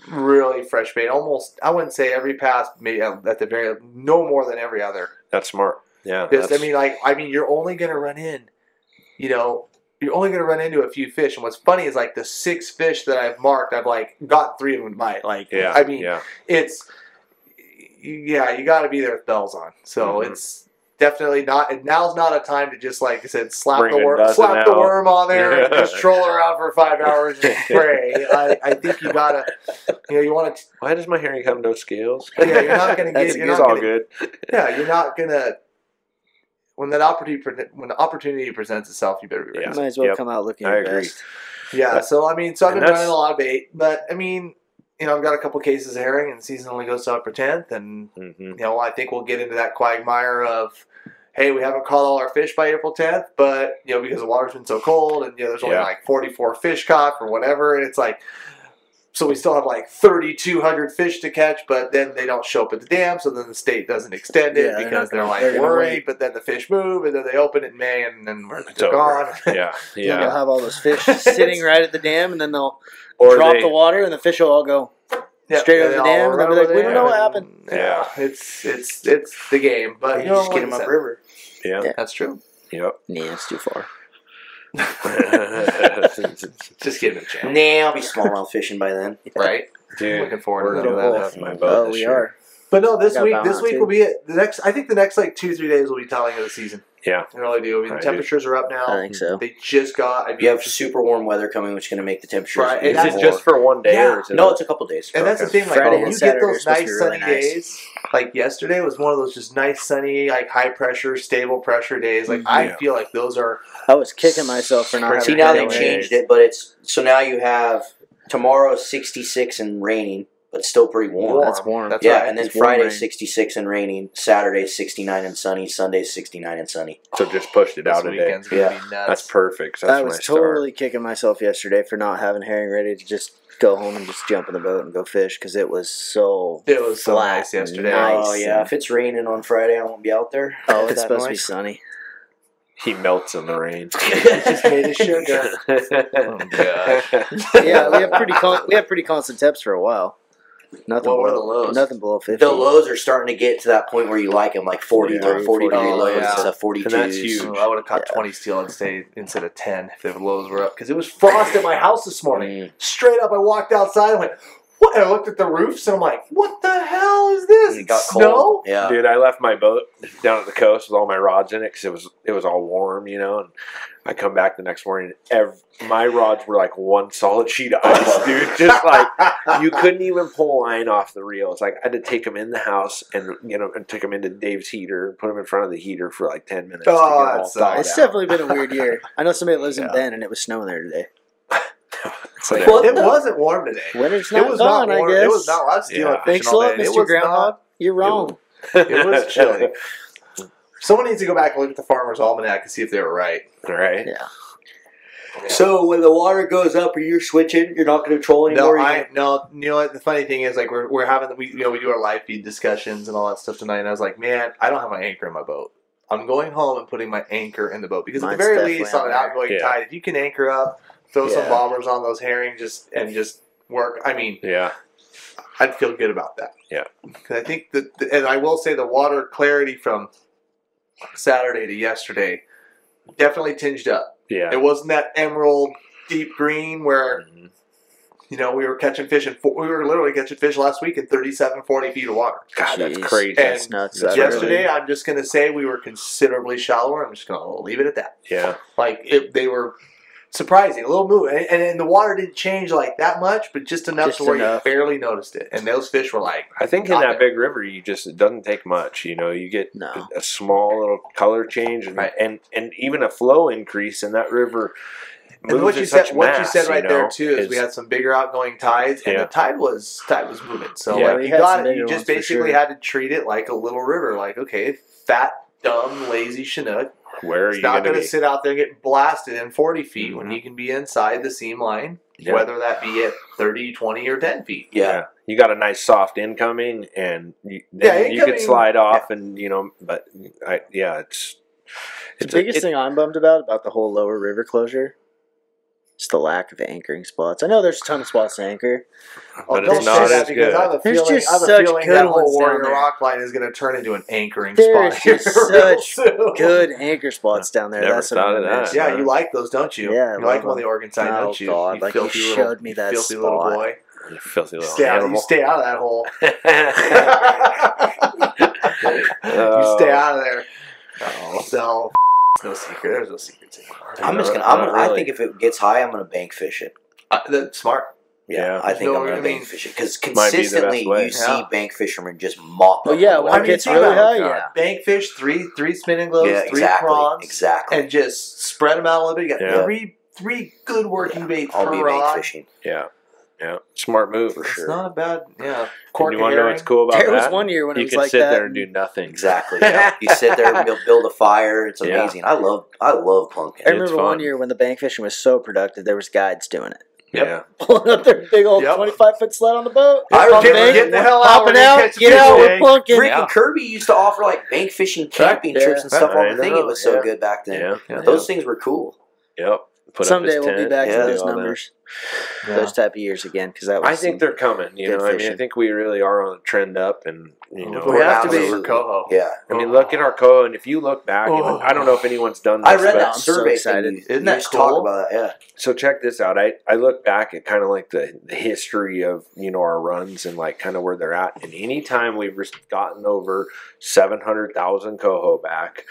S3: really fresh bait. Almost, I wouldn't say every pass, maybe at at the very no more than every other.
S2: That's smart. Yeah.
S3: Because I
S2: that's-
S3: mean, like I mean, you're only gonna run in, you know, you're only gonna run into a few fish. And what's funny is like the six fish that I've marked, I've like got three of them to bite. Like
S2: yeah.
S3: I mean,
S2: yeah.
S3: it's yeah, you got to be there with bells on. So
S2: Mhm.
S3: it's definitely not. and Now's not a time to just like I said, slap
S2: Bring
S3: the
S2: a
S3: worm,
S2: dozen
S3: slap the
S2: out.
S3: worm on there, and
S2: Yeah.
S3: just troll around for five hours and pray. I, I think you gotta, you know, you want to.
S2: Why does my herring have no scales?
S3: Yeah, you're not gonna
S2: That's-
S3: get- you're
S2: it's
S3: not
S2: all
S3: gonna-
S2: good.
S3: Yeah, you're not gonna. When that opportunity pre- when the opportunity presents itself, you better be ready.
S2: Yeah.
S4: Might as well
S2: Yep.
S4: come out looking.
S2: I
S4: your
S2: agree.
S4: best.
S3: Yeah, so I mean, so I've
S2: And
S3: been running
S2: that's-
S3: a lot of bait, but I mean, you know, I've got a couple cases of herring, and the season only goes up for tenth, and
S2: hmm
S3: you know, I think we'll get into that quagmire of, hey, we haven't caught all our fish by April 10th, but you know, because the water's been so cold, and you know, there's only
S2: Yeah.
S3: like 44 fish caught or whatever, and it's like, so we still have like 3,200 fish to catch, but then they don't show up at the dam, so then the state doesn't extend
S4: Yeah,
S3: it
S4: they're
S3: because
S4: not
S3: they're
S4: gonna-
S3: like
S4: they're gonna
S3: worried,
S4: wait.
S3: but then the fish move, and then they open it in May, and then we're
S2: It's
S3: they're
S2: over. Yeah.
S3: gone.
S4: Yeah. They'll
S2: Yeah.
S4: have all those fish sitting right at the dam, and then they'll
S2: Or
S4: drop
S2: they,
S4: the water, and the fish will all go.
S3: Yep,
S4: Straight
S3: and
S4: over the
S3: then all
S4: dam, and they'll be
S3: over
S4: like, we
S3: there,
S2: don't know
S4: what
S3: and-
S4: happened.
S3: Yeah, it's it's it's the game, but
S1: You just get
S3: like
S1: them
S3: I said,
S1: upriver.
S2: yeah.
S4: Yeah.
S3: That's true.
S2: Yep.
S4: Nah, it's too far.
S3: Just give them a chance,
S1: Nah, I'll be smallmouth fishing by then.
S3: right?
S2: Dude,
S3: Looking forward
S2: we're
S3: to
S2: gonna
S3: that.
S2: have my boat
S4: Oh,
S2: this
S4: we
S2: year.
S4: are.
S3: But no, this
S4: I got
S3: week
S4: Valmont,
S3: this week
S4: too.
S3: will be it. The next, I think the next like two three days will be telling of the season.
S2: Yeah.
S3: I really do. I mean, the
S2: I do.
S3: temperatures are up
S4: I
S3: now.
S2: Mm.
S4: think so.
S3: They just got. I mean,
S1: You have super warm weather coming, which is going to make the temperatures.
S3: Right, and
S2: Is
S1: even
S3: that's-
S2: it
S1: more-
S2: just for one day
S3: Yeah.
S2: or is it
S1: no? It's a couple days.
S3: and that's the
S2: Okay.
S3: thing. Like
S4: Friday
S3: when
S4: and
S3: you get
S4: Saturday are
S3: those
S4: supposed to
S3: nice
S4: be
S3: sunny
S4: really nice.
S3: days. Like yesterday was one of those just nice sunny, like high pressure, stable pressure days. Like I
S2: Yeah.
S3: feel like those are
S4: I was kicking myself for not. having
S1: See
S4: a
S1: now
S4: good
S1: they
S4: day.
S1: changed it, but it's so now you have tomorrow 66 and raining, but still pretty warm.
S3: warm.
S4: That's warm.
S3: That's
S1: yeah,
S3: right.
S1: and then
S4: It's warm
S1: Friday
S4: rain.
S1: 66 and raining, Saturday 69 and sunny, Sunday 69 and sunny.
S2: so just pushed it
S3: this
S2: out a day.
S3: weekend's gonna
S1: Yeah.
S3: be nuts.
S2: That's perfect. That's
S4: I
S2: when
S4: was
S2: I start.
S4: totally kicking myself yesterday for not having herring ready to just go home and just jump in the boat and go fish because it was so.
S3: it was so
S4: flat
S3: nice
S4: and
S3: yesterday.
S4: nice.
S1: Oh yeah, if it's raining on Friday, I won't be out there.
S4: Oh,
S1: With
S4: it's
S1: that
S4: supposed to be
S1: noise.
S4: sunny.
S2: He melts in the rain.
S3: just made a sugar. Oh, gosh.
S4: yeah, we have pretty con- we have pretty constant temps for a while. Nothing
S3: What were the
S4: below
S3: lows?
S4: nothing below fifty.
S1: the lows are starting to get to that point where you like them, like 40,
S2: Yeah.
S1: like 40 degree
S3: Oh,
S1: lows
S3: yeah.
S1: and stuff, 42s.
S2: that's
S1: Mm.
S2: huge.
S3: Oh, I would have caught 20 steel instead, instead of 10 if the lows were up because it was frost at my house this morning.
S1: Mm.
S3: Straight up, I walked outside and went, What? And I looked at the roofs and I'm like, What the hell is this?
S1: It got
S3: Snow?
S1: cold.
S3: Oh.
S1: Yeah.
S2: Dude, I left my boat down at the coast with all my rods in it because it was it was all warm, you know. And I come back the next morning, and ev- my rods were like one solid sheet of ice, dude. Just like you couldn't even pull line off the reel. It's like I had to take them in the house and you know and took them into Dave's heater, and put them in front of the heater for like ten minutes.
S3: Oh,
S2: to
S3: that
S2: get all
S3: sucks.
S2: thawed
S4: it's
S2: out.
S4: definitely been a weird year. I know somebody that lives
S3: Yeah.
S4: in Ben and it was snowing there today.
S2: It's like,
S1: Well,
S3: It
S1: no.
S3: wasn't warm today.
S4: Winter's not
S3: It was
S4: gone,
S3: not warm.
S4: I guess.
S3: It was not. I was stealing
S2: Yeah.
S3: fishing
S4: Thanks a
S3: all
S4: lot,
S3: day. It
S4: Mr.
S3: was
S4: Groundhog. You're wrong.
S3: not- It was chilly. Someone needs to go back and look at the Farmer's Almanac and see if they were right.
S2: All right.
S4: yeah.
S1: So when the water goes up, or you're switching, you're not going to troll
S3: No,
S1: anymore. you're
S3: I no. You know what? The funny thing is, like we're, we're having we you know we do our live feed discussions and all that stuff tonight. And I was like, man, I don't have my anchor in my boat. I'm going home and putting my anchor in the boat because at
S4: Mine's
S3: the very
S4: definitely
S3: least
S4: on
S3: on an
S4: there.
S3: outgoing
S2: Yeah.
S3: tide, if you can anchor up, throw some
S4: Yeah.
S3: bombers on those herring, just and just work. I mean,
S2: Yeah.
S3: I'd feel good about that.
S2: Yeah.
S3: 'Cause I think that, the- and I will say the water clarity from Saturday to yesterday definitely tinged up.
S2: Yeah.
S3: It wasn't that emerald deep green where
S2: Mhm.
S3: You know, we were catching fish in four, we were literally catching fish last week in 37, 40 feet of water.
S2: God, that's
S4: Jeez.
S2: crazy.
S3: And
S4: That's nuts.
S2: That's
S4: I really-
S3: Yesterday, I'm just going to say we were considerably shallower. I'm just going to leave it at that.
S2: yeah.
S3: Like it, they were surprising, a little move, and, and, and the water didn't change like that much, but just enough
S4: Just
S3: to where
S4: enough.
S3: you barely noticed it. And those fish were like,
S2: I think in
S3: Not
S2: that
S3: there.
S2: big river, you just it doesn't take much. You know, you get
S4: No.
S2: a small little color change, and
S3: Right.
S2: and, and even a flow increase in that river.
S3: and what
S2: moves
S3: you
S2: at
S3: said,
S2: such
S3: what you
S2: mass,
S3: said right there
S2: know,
S3: too is, we had some bigger outgoing tides, and
S2: Yeah.
S3: the tide was tide was moving. So
S2: Yeah,
S3: like,
S4: we
S3: you
S4: had some
S3: got it.
S4: bigger
S3: You
S4: ones
S3: just
S4: for
S3: basically
S4: sure.
S3: had to treat it like a little river. Like okay, fat. Dumb, lazy Chinook.
S2: where are
S3: It's
S2: you going
S3: not
S2: to
S3: going to
S2: be?
S3: sit out there and get blasted in 40 feet when
S2: Mhm.
S3: he can be inside the seam line,
S2: Yeah.
S3: whether that be at 30, 20, or 10 feet.
S2: yeah.
S1: yeah.
S2: you got a nice soft incoming, and you,
S3: Yeah,
S2: then you
S3: incoming-
S2: could slide off, and you know, but I, yeah, it's
S4: The
S2: it's a-
S4: biggest
S2: it-
S4: thing I'm bummed about about the whole lower river closure is the lack of anchoring spots. I know there's a ton of spots to anchor.
S2: but
S3: don't
S2: it's
S3: say
S2: not
S3: that
S2: as
S3: because I
S2: good.
S3: have a
S4: There's
S3: feeling,
S4: just
S3: I have a
S4: such
S3: feeling
S4: good
S3: that whole
S4: ones down
S3: Warrior
S4: there.
S3: Rock line is going to turn into an anchoring
S4: There's
S3: spot. here
S4: just
S3: real
S4: such
S3: soon.
S4: Good anchor spots down there.
S2: Never
S4: That's what
S2: thought
S4: I'm
S2: of
S4: gonna
S2: that.
S4: mention.
S3: Yeah, you like those, don't you?
S4: Yeah, I
S3: you like
S4: love
S3: them on the
S4: them.
S3: Oregon side,
S4: Oh,
S3: don't you?
S4: God, like, you
S3: filthy
S4: showed me that
S3: filthy little
S4: spot.
S3: boy.
S2: filthy little
S3: Stay out, you
S2: animal.
S3: stay out of that hole. you
S2: Oh.
S3: stay out of there. Oh, so it's no secret. There's no secrets anymore.
S1: I'm just
S2: Not-
S1: gonna. I'm
S2: not
S1: gonna I
S2: really.
S1: think if it gets high, I'm gonna bank fish it.
S3: Uh, that's smart.
S2: Yeah.
S1: I think
S3: No,
S1: I'm
S3: I
S1: gonna
S3: mean,
S1: bank fish it because
S2: might be the best
S1: consistently you
S2: way.
S1: see
S3: Yeah.
S1: bank fishermen just mop.
S4: Well,
S1: up
S4: yeah,
S1: the
S4: when
S1: water.
S4: it gets
S3: think
S4: really
S3: about
S4: high,
S3: it.
S4: yeah.
S3: Bankfish, three three spinning glows,
S1: yeah,
S3: three
S1: exactly,
S3: prawns,
S1: exactly.
S3: and just spread them out a little bit. You got
S2: Yeah.
S3: three three good working
S1: Yeah,
S3: baits
S1: I'll
S3: per
S1: be bank
S3: rod.
S1: fishing.
S2: Yeah, yeah, smart move for
S3: It's
S2: sure.
S3: not a bad yeah.
S2: and you want to know what's cool about
S4: There
S2: that?
S4: was one year when
S2: you
S4: it was
S2: can
S4: like
S2: sit
S4: that.
S2: there and do nothing.
S1: Exactly. yeah. You sit there and build- build a fire. It's
S2: Yeah.
S1: amazing. I love. I love pumpkin.
S4: I
S2: It's
S4: remember one
S2: fun.
S4: year when the bank fishing was so productive, there was guides doing it,
S3: Yep.
S2: Yeah,
S4: pulling up their big old
S3: Yep.
S4: twenty-five foot sled on the boat.
S1: I
S4: on
S1: remember
S4: bank,
S1: getting the
S3: hell out
S4: popping
S3: when you
S4: out,
S3: catch a
S4: get
S3: big
S4: out, we're
S3: egg.
S4: plunking.
S1: Freaking
S2: Yeah.
S1: Kirby used to offer like bank fishing camping
S4: Yeah.
S1: trips and stuff
S2: I
S1: on the thing.
S2: know,
S1: It was so
S2: yeah.
S1: good back then.
S2: yeah,
S3: Yeah.
S1: Those things were cool.
S2: yep. Put up
S4: Someday
S2: his
S4: we'll be
S2: tent,
S4: back
S1: yeah,
S4: to
S2: do
S4: those
S2: all that.
S4: numbers,
S3: Yeah.
S4: those type of years again, because that was.
S2: I think
S4: some-
S2: they're coming. You
S4: good
S2: know, I mean, I
S4: fishing. Oh,
S2: think we really are on a trend up, and you know,
S3: we have to
S1: we're
S3: be
S1: absolutely-
S3: Coho.
S1: Yeah.
S2: I mean, look at our co, and if you look back, and
S3: Oh.
S2: I don't know if anyone's done this.
S1: I read
S2: but-
S1: that
S4: I'm so
S1: survey. thing
S4: excited.
S1: you-
S3: Isn't
S1: you
S3: that
S1: used to talk
S3: cool?
S1: about that? Yeah.
S2: So check this out. I I look back at kind of like the, the history of you know our runs and like kind of where they're at. And anytime we've res- gotten over seven hundred thousand coho back,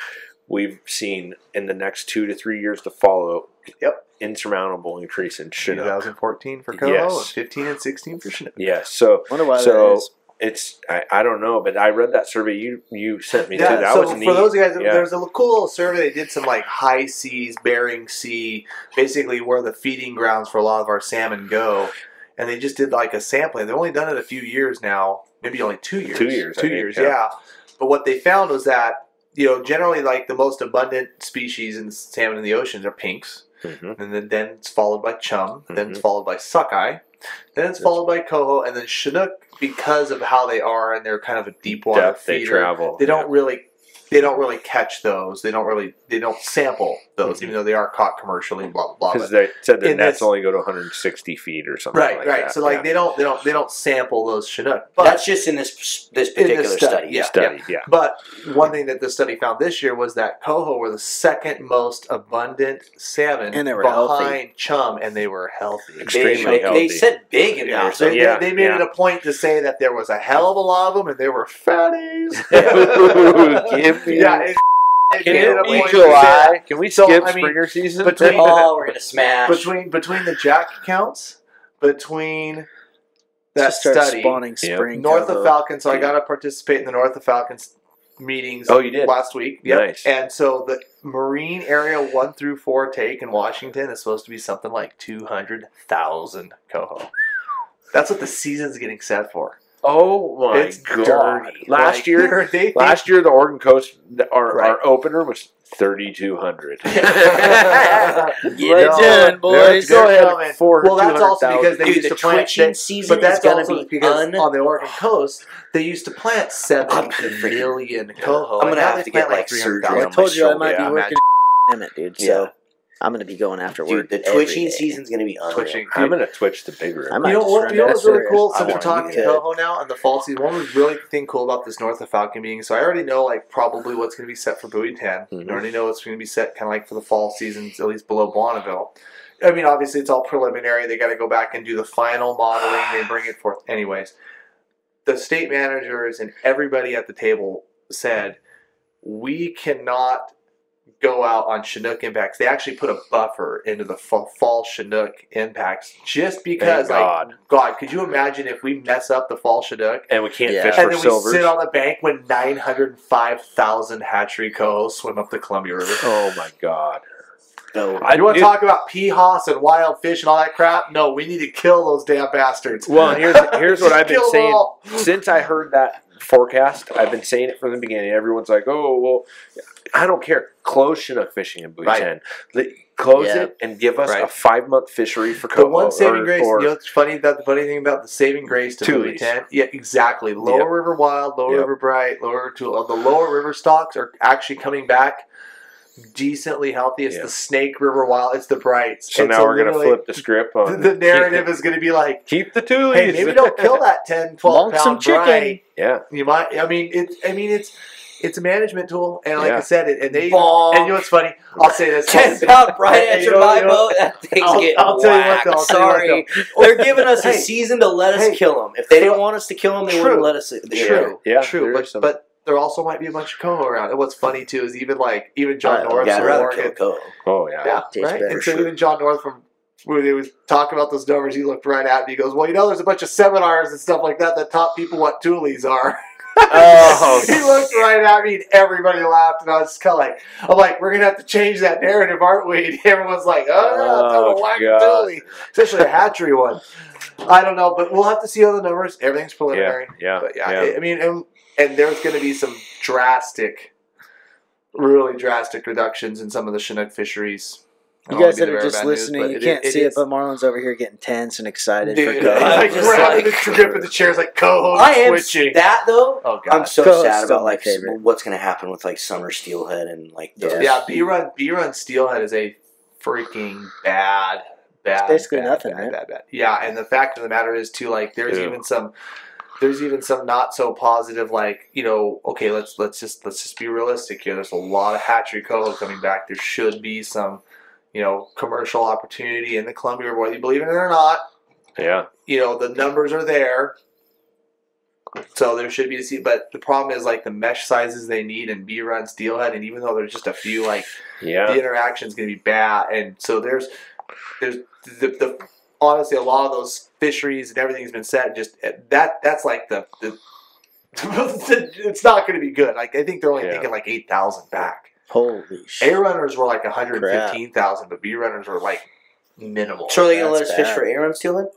S2: we've seen in the next two to three years to follow.
S3: Yep.
S2: insurmountable increase in chinook.
S3: 2014 for Coho,
S2: Yes.
S3: and 15 and 16 for Chinook.
S2: Yes. So
S4: Wonder why
S2: So-
S4: that is.
S2: it's I, I don't know, but I read that survey you you sent me too.
S3: Yeah,
S2: That
S3: so
S2: was neat.
S3: for those guys,
S2: Yeah.
S3: there's a cool little survey. They did some like high seas, Bering Sea, basically where the feeding grounds for a lot of our salmon go. And they just did like a sampling. They've only done it a few years now, maybe only two years.
S2: Two years, I
S3: Two
S2: think,
S3: years,
S2: yeah.
S3: yeah. But what they found was that, you know, generally like the most abundant species in salmon in the oceans are pinks.
S2: Mhm.
S3: and then, then it's followed by chum, then
S2: Mm-hmm.
S3: it's followed by sockeye, then it's followed by coho, and then chinook because of how they are and they're kind of a deep water
S2: Depth they
S3: feeder.
S2: travel.
S3: They don't really they don't really catch those. They don't really they don't sample those,
S2: Mhm.
S3: even though they are caught commercially. Blah blah blah.
S2: because they said their
S3: In
S2: nets
S3: this-
S2: only go to 160 feet or something.
S3: Right,
S2: like
S3: right.
S2: that.
S3: So like
S2: Yeah.
S3: they don't they don't they don't sample those chinook. But
S1: That's just in this this
S3: In this
S1: particular
S3: study,
S1: study.
S3: yeah.
S2: studied. Yeah,
S3: But one thing that the study found this year was that coho were the second most abundant salmon
S4: And they were
S3: behind
S4: healthy.
S3: chum, and they were healthy.
S1: Big,
S2: extremely
S1: they,
S2: healthy.
S1: they said big in
S3: Yeah,
S1: there.
S3: so
S1: So
S3: they,
S2: Yeah,
S3: they made
S2: yeah.
S3: it a point to say that there was a hell of a lot of them and they were fatties.
S2: Ooh, give me-
S3: yeah, it, it
S2: Can
S3: made it a
S2: it
S3: point
S2: be
S3: to say that
S2: July? Can we
S3: So,
S2: skip
S3: I mean,
S2: springer season?
S3: between-
S1: oh, we're gonna smash.
S3: between between the jack counts, between that
S4: Just start
S3: study
S4: spawning
S2: Yeah.
S4: spring
S3: north
S4: coho.
S3: of Falcon. So I
S4: Yeah.
S3: got to participate in the north of Falcons meetings.
S2: Oh, you did?
S3: last week. Yep.
S2: Nice.
S3: And so the marine area one through four take in Washington is supposed to be something like two hundred thousand coho. That's what the season's getting set for.
S2: oh my
S3: it's
S2: god!
S3: dirty.
S2: Last
S3: Like,
S2: year,
S3: they think-
S2: last year the Oregon coast, the- our
S3: Right.
S2: our opener was 3,200.
S4: Get it done, boys.
S2: Go ahead.
S3: coming.
S2: For
S3: Well, that's also
S2: 200,000.
S3: because they
S1: Dude,
S3: used
S1: the
S3: to plant.
S1: twitching
S3: they-
S1: season
S3: but
S1: is
S3: that's
S1: gonna
S3: also
S1: be
S3: because
S1: un.
S3: on the Oregon coast, they used to plant seven
S1: I'm freaking-
S3: million
S1: I'm
S3: coho.
S1: gonna
S3: and now
S1: have
S3: they
S1: to get,
S3: plant
S1: like,
S3: 300,000.
S1: surgery
S4: I
S1: on
S4: told you I might
S2: Yeah.
S4: be working. Damn it, dude. So
S1: Yeah.
S4: I'm gonna be going after
S1: Dude,
S4: work.
S1: the
S4: every
S1: twitching
S4: day.
S1: season's gonna be unreal.
S3: Twitching.
S2: I'm gonna twitch the big
S4: I
S2: room.
S4: might
S3: You know
S4: just
S3: what?
S4: run
S3: You know
S4: that
S3: what's really
S4: story.
S3: cool?
S4: I
S3: Since we're
S4: want you
S3: talking
S4: to-
S3: Coho now and the fall season, one really thing cool about this North of Falcon meeting. So I already know like probably what's going to be set for Bowie Tan.
S2: Mhm.
S3: I already know what's going to be set kind of like for the fall seasons, at least below Bonneville. I mean, obviously it's all preliminary. They got to go back and do the final modeling. They bring it forth, anyways. The state managers and everybody at the table said we cannot go out on Chinook impacts. They actually put a buffer into the fa- fall Chinook impacts just because,
S2: Thank
S3: like,
S2: God.
S3: God, could you imagine if we mess up the fall Chinook?
S2: And we can't
S4: Yeah.
S2: fish
S3: and
S2: for
S3: then
S2: silvers.
S3: we sit on the bank when 905,000 hatchery cows swim up the Columbia River.
S2: oh my God.
S4: No.
S2: I
S3: you want
S2: do-
S3: to talk about peahs and wild fish and all that crap? No, we need to kill those damn bastards.
S2: Well, and here's here's what
S3: Just
S2: I've been
S3: kill them
S2: saying
S3: all.
S2: since I heard that forecast. I've been saying it from the beginning. Everyone's like, "Oh, well, I don't care. Close Chinook fishing in Bhutan.
S3: Right.
S2: Let- Close
S4: Yeah.
S2: it and give us a
S3: Right.
S2: five month fishery for
S3: The
S2: coho
S3: one saving
S2: or-
S3: grace,
S2: or-
S3: you know, it's funny that the funny thing about the saving grace to
S2: Tulies.
S3: Louis Tan- yeah, exactly. Lower
S2: Yep.
S3: River Wild, Lower
S2: Yep.
S3: River Bright, Lower River Tule. uh, The Lower River stocks are actually coming back decently healthy. It's
S2: Yeah.
S3: the Snake River Wild, it's the Brights.
S2: so
S3: And
S2: now we're gonna
S3: literally,
S2: flip the script
S3: the-
S2: on
S3: The narrative is going to be like,
S2: Keep, keep the toolies.
S3: hey, maybe don't kill that 10, 12
S4: Bonk some
S3: pound Bright.
S2: yeah,
S3: You might. I mean, it's. I mean, it's. It's a management tool, and like
S2: Yeah.
S3: I said, it, and they.
S1: Bonk.
S3: And you know what's funny? I'll say this.
S1: Ten pound right
S3: Hey,
S1: at
S3: you
S1: your
S3: know,
S1: my
S3: you know-
S1: boat. That thing's
S3: I'll-
S1: getting
S3: I'll tell you what,
S1: whacked.
S3: though, I'll tell you what,
S1: Sorry,
S3: though.
S1: they're giving us a
S3: Hey.
S1: season to let us
S3: Hey.
S1: kill them. If they
S3: True.
S1: didn't want us to kill them, they
S3: True.
S1: wouldn't let us.
S2: yeah,
S3: True.
S2: yeah.
S3: True,
S2: there
S3: but,
S2: is some-
S3: but there also might be a bunch of coho around. And what's funny too is even like even John
S2: Uh,
S3: North
S1: yeah, I'd
S3: from
S1: rather
S3: Oregon,
S1: kill Cole.
S2: oh yeah,
S3: yeah,
S4: Tastes
S3: right.
S4: better,
S3: And so
S4: sure.
S3: even John North from when he was talking about those numbers, he looked right at me. He goes, "Well, you know, there's a bunch of seminars and stuff like that that taught people what toolies are."
S2: Oh.
S3: he looked right at me, and everybody laughed, and I was just kind of like, "I'm like, we're gonna have to change that narrative, aren't we?" And everyone's like, "Oh, no, it's
S2: Oh,
S3: a whack
S2: God.
S3: toolie, especially a hatchery one." I don't know, but we'll have to see all the numbers. Everything's preliminary.
S2: yeah, yeah,
S3: But yeah, I- I mean, and, and there's going to be some drastic, really drastic reductions in some of the Chinook fisheries. I
S4: You
S3: don't wanna
S4: guys
S3: be
S4: that
S3: the
S4: are
S3: bearer of
S4: just
S3: bad news,
S4: listening,
S3: but
S4: you
S3: it-
S4: can't see
S3: is-
S4: it, but Marlon's over here getting tense and excited
S3: Dude,
S4: for
S1: I'm
S3: I
S4: Cody.
S1: just like-
S3: grabbed the grip of the chair. It's like coho
S1: I am
S3: twitching.
S1: that though.
S3: oh god.
S1: I'm so
S4: Cole's
S1: sad
S4: still
S1: about
S4: my
S1: like
S4: favorite.
S1: what's gonna happen with like summer steelhead and like those.
S4: Yeah.
S3: yeah, B run B run steelhead is a freaking bad. Bad,
S4: basically
S3: bad,
S4: nothing,
S3: bad,
S4: right?
S3: bad, bad. Yeah, and the fact of the matter is too, like, there's
S2: Yeah.
S3: even some, there's even some not so positive, like, you know, okay, let's let's just let's just be realistic here. There's a lot of hatchery coho coming back. There should be some, you know, commercial opportunity in the Columbia River, whether you believe in it or not.
S2: yeah.
S3: You know, the numbers are there, so there should be a seat. But the problem is like the mesh sizes they need and B run steelhead, and even though there's just a few, like
S2: yeah.
S3: the interaction is going to be bad. And so there's there's the, the honestly a lot of those fisheries and everything's been set. Just eh, that that's like the, the it's not going to be good. Like I think they're only
S2: Yeah.
S3: thinking like eight thousand back.
S4: Holy
S3: A
S4: shit.
S3: runners were like one hundred fifteen thousand, but B runners were like minimal.
S1: So are they gonna let
S4: That's
S1: us fish
S4: bad.
S1: for air on steelhead?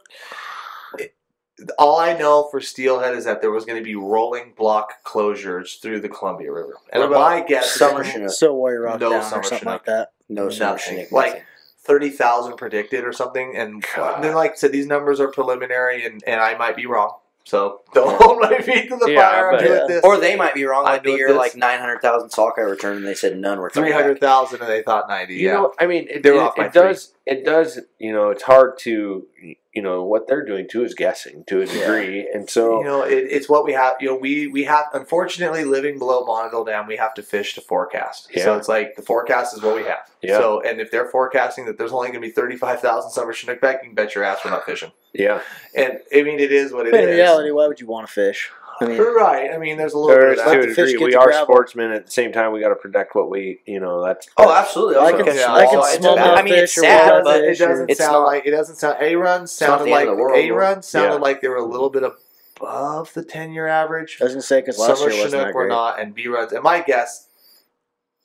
S3: All I know for steelhead is that there was going to be rolling block closures through the Columbia River, and
S1: What about
S3: my guess is
S1: summer
S3: that
S1: chinook?
S4: So Warrior Rock
S3: No
S4: down
S3: summer
S4: or something
S3: Chinook.
S4: like that.
S1: No summer
S3: Nothing.
S1: chinook.
S3: Like-
S1: nothing.
S3: thirty thousand predicted or something, and
S2: God.
S3: then like I said, these numbers are preliminary, and, and I might be wrong. So don't hold my feet to the
S2: Yeah,
S3: fire. I'm
S2: but-
S3: doing
S4: Yeah.
S3: this.
S1: or they might be wrong.
S3: I
S1: Like the
S3: knew
S1: year,
S3: this.
S1: like nine hundred thousand sockeye returned, and they said none were
S3: three
S1: coming back.
S3: hundred thousand, and they thought ninety.
S2: You
S3: yeah,
S2: know, I mean, it,
S3: They were
S2: it-
S3: off by
S2: it does. It does. You know, it's hard to. You know what they're doing too is guessing to a degree, and so
S3: you know, it, it's what we have. You know, we we have unfortunately living below Bonneville Dam, we have to fish to forecast. So
S2: Yeah.
S3: it's like the forecast is what we have.
S2: Yeah.
S3: So and if they're forecasting that there's only going to be thirty five thousand summer chinook back, you can bet your ass we're not fishing.
S2: yeah,
S3: And I mean, it is what it
S4: But
S3: is.
S4: in reality, why would you want to fish? I mean,
S3: right? I mean, there's a little
S2: there
S3: bit
S2: is
S3: of
S2: to
S3: that.
S2: a
S4: the fish
S2: degree.
S4: get
S2: We
S4: to
S2: are
S4: gravel.
S2: sportsmen. At the same time, we got to protect what we. You know, that's
S1: Oh, absolutely.
S4: I
S1: Also,
S4: can,
S1: it's
S3: Yeah.
S4: I can
S1: also- it's
S4: smell
S1: bad.
S4: my
S1: I mean,
S4: fish
S1: it's
S4: or
S1: sad,
S4: wild
S1: but
S3: it
S4: fish or-
S3: doesn't
S1: it's
S3: sound
S1: not-
S3: like it doesn't sound. A run
S1: not
S3: sounded
S1: the
S3: like
S1: end of the world,
S3: a run sounded
S2: Yeah.
S3: like they were a little bit above the ten year average.
S4: I was gonna say because last
S3: Summer
S4: year wasn't that
S3: Chinook were
S4: great.
S3: not, and B runs. And my guess,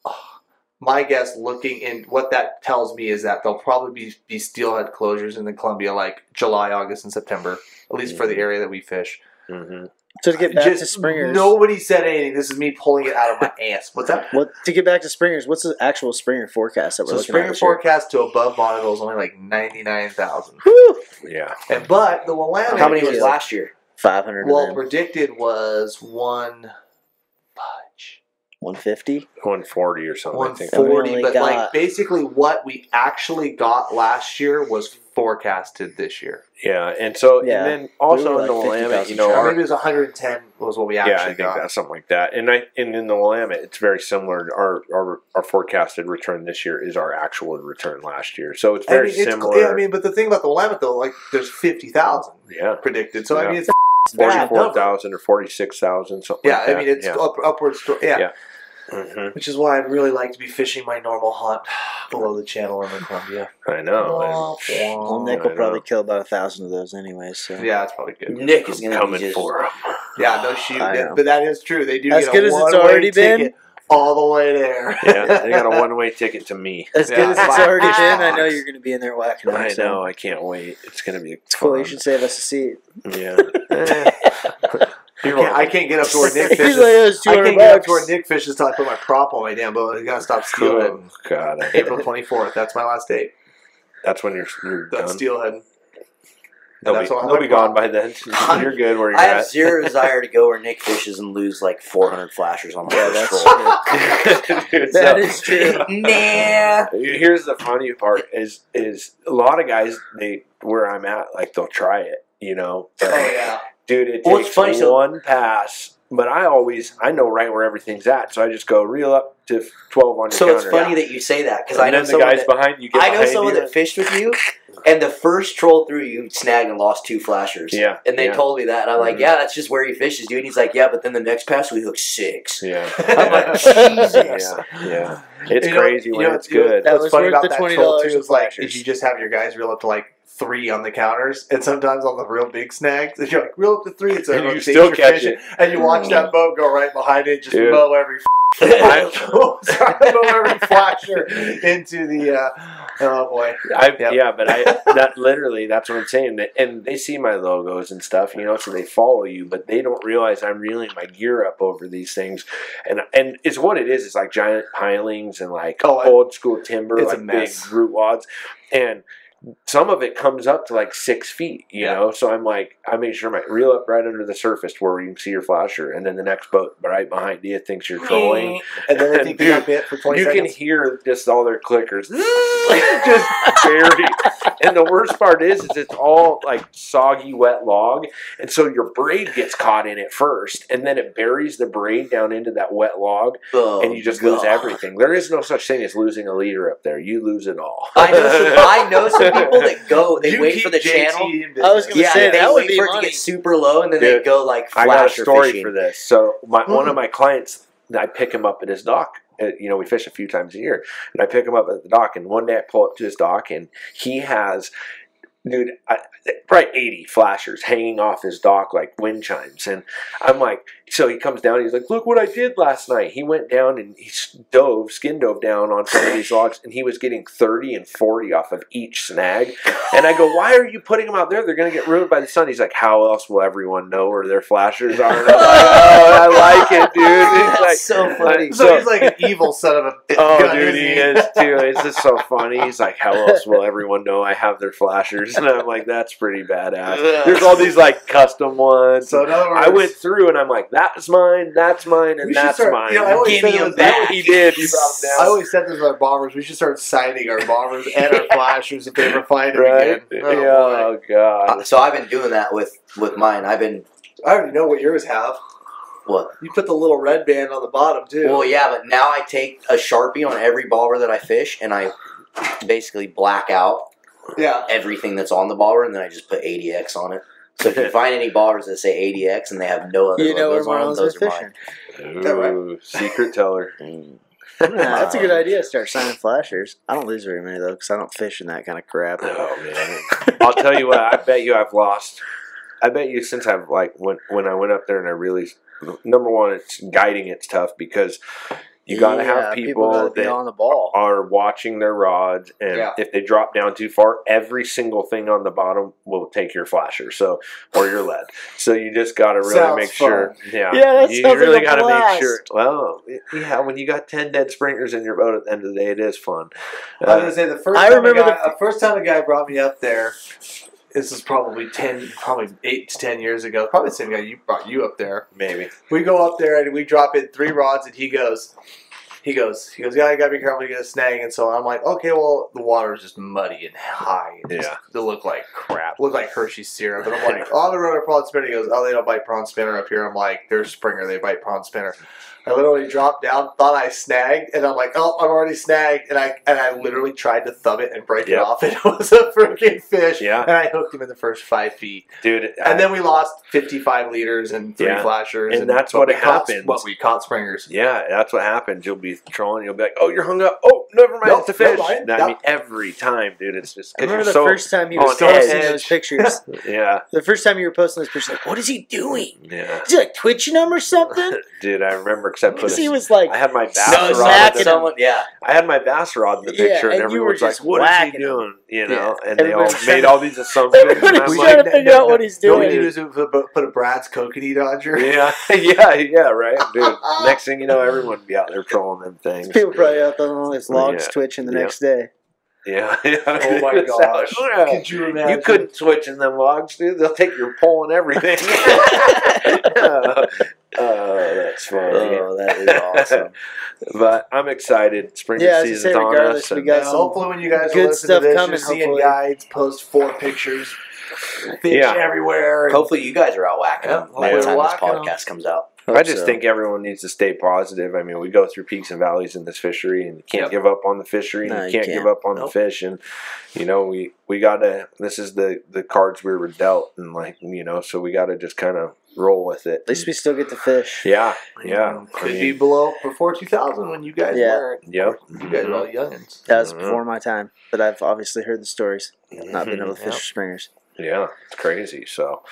S3: oh, my guess, looking in what that tells me is that there'll probably be, be steelhead closures in the Columbia like July, August, and September, at least for the area that we fish.
S2: mhm.
S4: So to Mm. get back
S3: Just
S4: to Springers,
S3: nobody said anything. This is me pulling it out of my ass. What's that?
S4: what to get back to Springers? What's the actual Springer forecast that we're
S3: So
S4: looking at
S3: Springer
S4: this year?
S3: forecast to above Bonneville is only like ninety nine thousand,
S4: Woo!
S2: yeah.
S3: and but the Willamette
S1: How many was
S3: is-
S1: last year?
S4: Five hundred.
S3: Well, predicted was one fudge.
S4: 150.
S2: 140 or something. I think.
S4: And we
S3: 140,
S4: only
S3: but like
S4: got-
S3: basically what we actually got last year was forecasted this year.
S2: Yeah, and so
S4: Yeah.
S2: and then also
S4: were
S2: in the
S4: like
S2: Willamette,
S4: 50,000
S2: you know,
S3: Or
S2: our,
S3: maybe it was 110 was what we actually
S2: yeah, I think
S3: got.
S2: that's something like that. And I and in the Willamette, it's very similar. Our our our forecasted return this year is our actual return last year, so it's
S3: I mean,
S2: very
S3: it's-
S2: similar.
S3: yeah, I mean, but the thing about the Willamette though, like there's 50,000
S2: yeah,
S3: predicted. So I
S2: Yeah.
S3: mean, it's bad number.
S2: forty-four thousand or forty-six thousand, something.
S3: Yeah,
S2: like that.
S3: I mean, it's
S2: yeah.
S3: up, upwards. To, yeah.
S2: Yeah. Mhm.
S3: which is why I'd really like to be fishing my normal hunt below the channel in the Columbia.
S2: I know. and-
S4: Well,
S3: Wah,
S4: Nick
S2: I
S4: will
S2: know.
S4: probably kill about a thousand of those anyway. So
S3: wah. Yeah, it's probably good.
S1: Nick is gonna
S2: coming
S1: be just,
S2: for 'em.
S3: Yeah, no shoot,
S4: I
S3: that-
S4: know.
S3: but that is true. They do
S4: As
S3: get
S4: good
S3: a
S4: as it's
S3: one-way
S4: already been.
S3: ticket all the way there.
S2: yeah, they got a one-way ticket to me.
S4: As
S3: Yeah.
S4: good as it's already been, I know
S2: Box.
S4: you're going to be in there whacking them.
S2: I
S4: so.
S2: know. I can't wait. It's gonna be
S4: It's cool. You
S2: fun.
S4: should save us a seat.
S2: Yeah. Eh,
S3: I can't- I can't get up to where Nick
S4: He's like, "Oh,
S3: fishes.
S4: "That's
S3: I
S4: 200
S3: can't get up to where
S4: bucks."
S3: Nick fishes till I put my prop on my damn boat. I gotta stop steelheading.
S2: Cool. oh, God, I hate
S3: April 24th. That's my last date.
S2: That's when you're, you're done.
S3: That's steelheading.
S2: they'll
S3: that's
S2: be,
S3: what I'm
S2: they'll be
S3: about.
S2: gone by then. You're good where you're
S1: I have
S2: at.
S1: zero desire to go where Nick fishes and lose like 400 flashers on my
S4: Yeah,
S1: first
S4: that's
S1: troll.
S4: true.
S2: Dude,
S4: That
S2: so-
S4: is true.
S1: Nah.
S2: Here's the funny part: is is a lot of guys they where I'm at, like they'll try it, you know.
S3: Oh,
S2: But,
S3: yeah.
S2: Dude, it
S1: Well, it's
S2: takes
S1: funny, so-
S2: one pass. But I always I know right where everything's at, so I just go reel up to twelve on your
S1: So it's
S2: counter.
S1: funny that you say that because I
S2: And
S1: know
S2: then the
S1: someone
S2: guys
S1: that,
S2: behind you. Get
S1: I know
S2: behind
S1: someone
S2: you.
S1: that fished with you, and the first troll through you snagged and lost two flashers.
S2: Yeah,
S1: And they
S2: yeah.
S1: told me that, and I'm like,
S2: Mhm.
S1: yeah, that's just where he fishes, dude. And he's like, yeah, but then the next pass we hooked six.
S2: yeah,
S1: I'm like, Jesus.
S2: yeah, yeah. It's
S3: You know-
S2: crazy
S3: you
S2: when
S3: know-
S2: it's
S3: you know-
S2: good.
S4: That
S3: What's
S4: was
S3: funny
S4: worth
S3: about
S4: the
S3: that
S4: $20
S3: troll too is like
S4: flashers.
S3: is you just have your guys reel up to like three on the counters, and sometimes on the real big snags, if you're like reel up to three, it's
S2: And
S3: a
S2: you still catch it.
S3: and you watch
S4: Mm.
S3: that boat go right behind it, just
S2: Dude.
S3: mow every
S2: I-
S3: oh, sorry, mow every flasher into the uh, oh boy,
S2: I,
S3: Yep.
S2: Yeah, but I that literally that's what I'm saying. That- And they see my logos and stuff, you know, so they follow you, but they don't realize I'm reeling my gear up over these things. And and it's what it is. It's like giant pilings and like
S3: Oh, I-
S2: old school timber,
S3: It's a
S2: like
S3: mess.
S2: big root wads, and some of it comes up to like six feet, you
S3: Yeah.
S2: know. So I'm like, I make sure my reel up right under the surface where you can see your flasher, and then the next boat right behind you thinks you're trolling.
S3: and then I think you got bit for twenty
S2: You can
S3: seconds.
S2: hear just all their clickers just buried. and the worst part is, is it's all like soggy, wet log, and so your braid gets caught in it first, and then it buries the braid down into that wet log,
S1: Oh,
S2: and you just lose
S1: God.
S2: everything. There is no such thing as losing a leader up there. You lose it all.
S1: I know, some, I know some people that go, they
S3: You
S1: wait
S3: keep
S1: for the
S3: JT
S1: channel.
S3: in
S4: I was
S3: business.
S4: gonna say,
S1: they
S4: that would
S1: wait
S4: be
S1: for it to
S4: money.
S1: get super low, and then
S2: Dude,
S1: they go like
S2: I got a
S1: flasher
S2: story
S1: fishing.
S2: for this. So my,
S1: Hmm.
S2: one
S3: Mm.
S2: of my clients, I pick him up at his dock. Uh, You know, we fish a few times a year, and I pick him up at the dock. And one day I pull up to his dock, and he has, dude, I, probably eighty flashers hanging off his dock like wind chimes. And I'm like, so he comes down. He's like, look what I did last night. He went down and he s- dove, skin dove down on some of these logs, and he was getting thirty and forty off of each snag. And I go, why are you putting them out there? They're going to get ruined by the sun. He's like, how else will everyone know where their flashers are? And I'm like, oh, I like it, dude. He's like,
S1: That's so funny.
S2: I-
S3: So, he's like an evil son of a bitch.
S2: oh, dude, he is too. It's just so funny. He's like, how else will everyone know I have their flashers? And I'm like, that's pretty badass. There's all these like custom ones.
S3: So in other words,
S2: I went through and I'm like, that's mine, that's mine, and
S3: We should
S2: that's
S3: start-
S2: mine.
S3: you know, I
S1: Give
S3: always said
S1: me
S3: it
S1: him
S3: was- I
S1: back.
S2: he did. He brought them
S3: I
S2: down.
S3: always said this with our bombers. We should start citing our bombers and our flashers if they ever find them
S2: Right?
S3: again.
S2: Yeah,
S3: Oh, boy.
S2: oh, God.
S1: Uh, so I've been doing that with with mine. I've been
S3: I already know what yours have.
S1: what?
S3: You put the little red band on the bottom too.
S1: Well, yeah, but now I take a sharpie on every bobber that I fish, and I basically black out
S3: yeah.
S1: everything that's on the bobber, and then I just put ADX on it. So if you find any bobbers that say ADX and they have no other
S4: You know where
S1: logos on them,
S4: Marlon's been
S1: those are
S4: fishing.
S1: mine.
S3: that right?
S2: Ooh, secret teller.
S4: That's a good idea. Start signing flashers. I don't lose very many though because I don't fish in that kind of crap.
S2: Oh man! I'll tell you what. I bet you I've lost. I bet you since I've like when when I went up there and I really number one, it's guiding. It's tough because you got to
S4: Yeah,
S2: have people,
S4: gotta
S2: that
S4: be on the ball.
S2: are watching their rods, and
S3: Yeah.
S2: if they drop down too far, every single thing on the bottom will take your flasher, so or your lead. So you just got to really
S3: Sounds
S2: make sure. Yeah,
S4: Yeah, that
S2: you
S4: sounds
S2: really
S4: like a
S2: got to
S4: blast.
S2: make sure. Well, yeah, when you got ten dead springers in your boat at the end of the day, it is fun. Uh,
S3: I was gonna say the first.
S4: I
S3: time
S4: remember
S3: a guy, the first time a guy brought me up there. This is probably ten, probably eight to ten years ago. Probably the same guy you brought you up there.
S2: Maybe.
S3: We go up there and we drop in three rods, and he goes, he goes, he goes. Yeah, you gotta be careful. You get a snag, and so I'm like, okay, well, the water's just muddy and high. And just-
S2: Yeah.
S3: they look like crap. Look like Hershey syrup. And I'm like, on the road a prawn spinner. He goes, oh, they don't bite prawn spinner up here. I'm like, they're Springer. They bite prawn spinner. I literally dropped down, thought I snagged, and I'm like, oh, I'm already snagged, and I and I literally tried to thumb it and break it
S2: Yep.
S3: off, and it was a freaking fish.
S2: Yeah.
S3: And I hooked him in the first five feet.
S2: Dude,
S3: And then we lost 55 liters and three
S2: Yeah.
S3: flashers.
S2: And that's
S3: but
S2: what
S3: we
S2: it
S3: caught-
S2: happens.
S3: What we caught springers.
S2: Yeah, that's what happens. You'll be trolling. You'll be like, "Oh, you're hung up. Oh, never mind.
S3: Nope,
S2: it's a
S3: never
S2: fish."
S3: mind.
S2: I
S3: That-
S2: mean, every time, dude. It's just
S4: I
S2: because
S4: remember
S2: you're
S4: the
S2: so.
S4: first time you
S2: on
S4: were posting
S3: edge.
S4: those pictures.
S2: yeah,
S4: the first time you were posting those pictures, like, what is he doing?
S2: yeah,
S4: Is he like twitching him or something?
S2: dude. I remember except for
S4: Because he
S2: this.
S4: was like,
S2: I had my bass
S4: No,
S1: No,
S4: it's
S2: rod.
S4: back
S1: smack
S2: in
S4: in
S2: the-
S4: him.
S1: someone. Yeah,
S2: I had my bass rod in the
S4: Yeah,
S2: picture,
S4: and
S2: and,
S4: you
S2: everyone's
S4: were
S2: like,
S4: just
S2: "What is he
S4: whacking him."
S2: doing?" You know, and they all
S4: Everybody's trying
S2: made
S4: to-
S2: all these assumptions. and
S4: Everybody's
S2: I'm
S4: trying
S2: like,
S4: to figure out what he's
S3: No, we
S4: doing.
S3: need to put, put a Brad's coconut on your.
S2: yeah, yeah, yeah, right, dude. Next thing you know, everyone would be out there trolling them things.
S4: People probably out there on his logs
S2: Yeah.
S4: twitching the
S2: Yeah.
S4: next day.
S2: Yeah, yeah.
S3: Oh my
S2: It's like,
S3: gosh.
S2: "Wow."
S3: Could you imagine?
S2: You couldn't switch in them logs, dude. They'll take your pole and everything. oh, that's funny.
S4: Oh, that is awesome.
S2: but I'm excited. Spring
S4: Yeah, I was gonna
S2: season's
S4: say,
S2: on
S4: regardless,
S2: us.
S4: we
S2: and-
S4: got
S3: Yeah,
S4: some
S3: hopefully, when you guys
S4: good
S3: are listening
S4: stuff
S3: to this,
S4: coming,
S3: you're seeing
S4: hopefully.
S3: guides post four pictures, fish
S2: Yeah.
S3: everywhere. and-
S1: hopefully you guys are out whacking
S3: Yeah,
S1: them by the
S2: we're
S1: time this
S3: whacking 'em.
S1: podcast comes out.
S2: I just
S4: so.
S2: think everyone needs to stay positive. I mean, we go through peaks and valleys in this fishery, and you can't
S3: Yep.
S2: give up on the fishery, and
S4: No,
S2: you,
S4: you
S2: can't,
S4: can't.
S2: give up on the
S3: Nope.
S2: fish. And you know, we we gotta. This is the the cards we were dealt, and like you know, so we gotta just kind of roll with it.
S4: At least we still get the fish.
S2: yeah, yeah, I
S3: could
S2: mean,
S3: be below before 2000 when you guys
S4: Yeah.
S3: were.
S2: Yep.
S3: You guys were all youngins.
S4: That was
S2: Mhm.
S4: before my time, but I've obviously heard the stories. Not being able to fish
S3: Yep.
S4: springers.
S2: Mm-hmm. Yeah, it's crazy. So,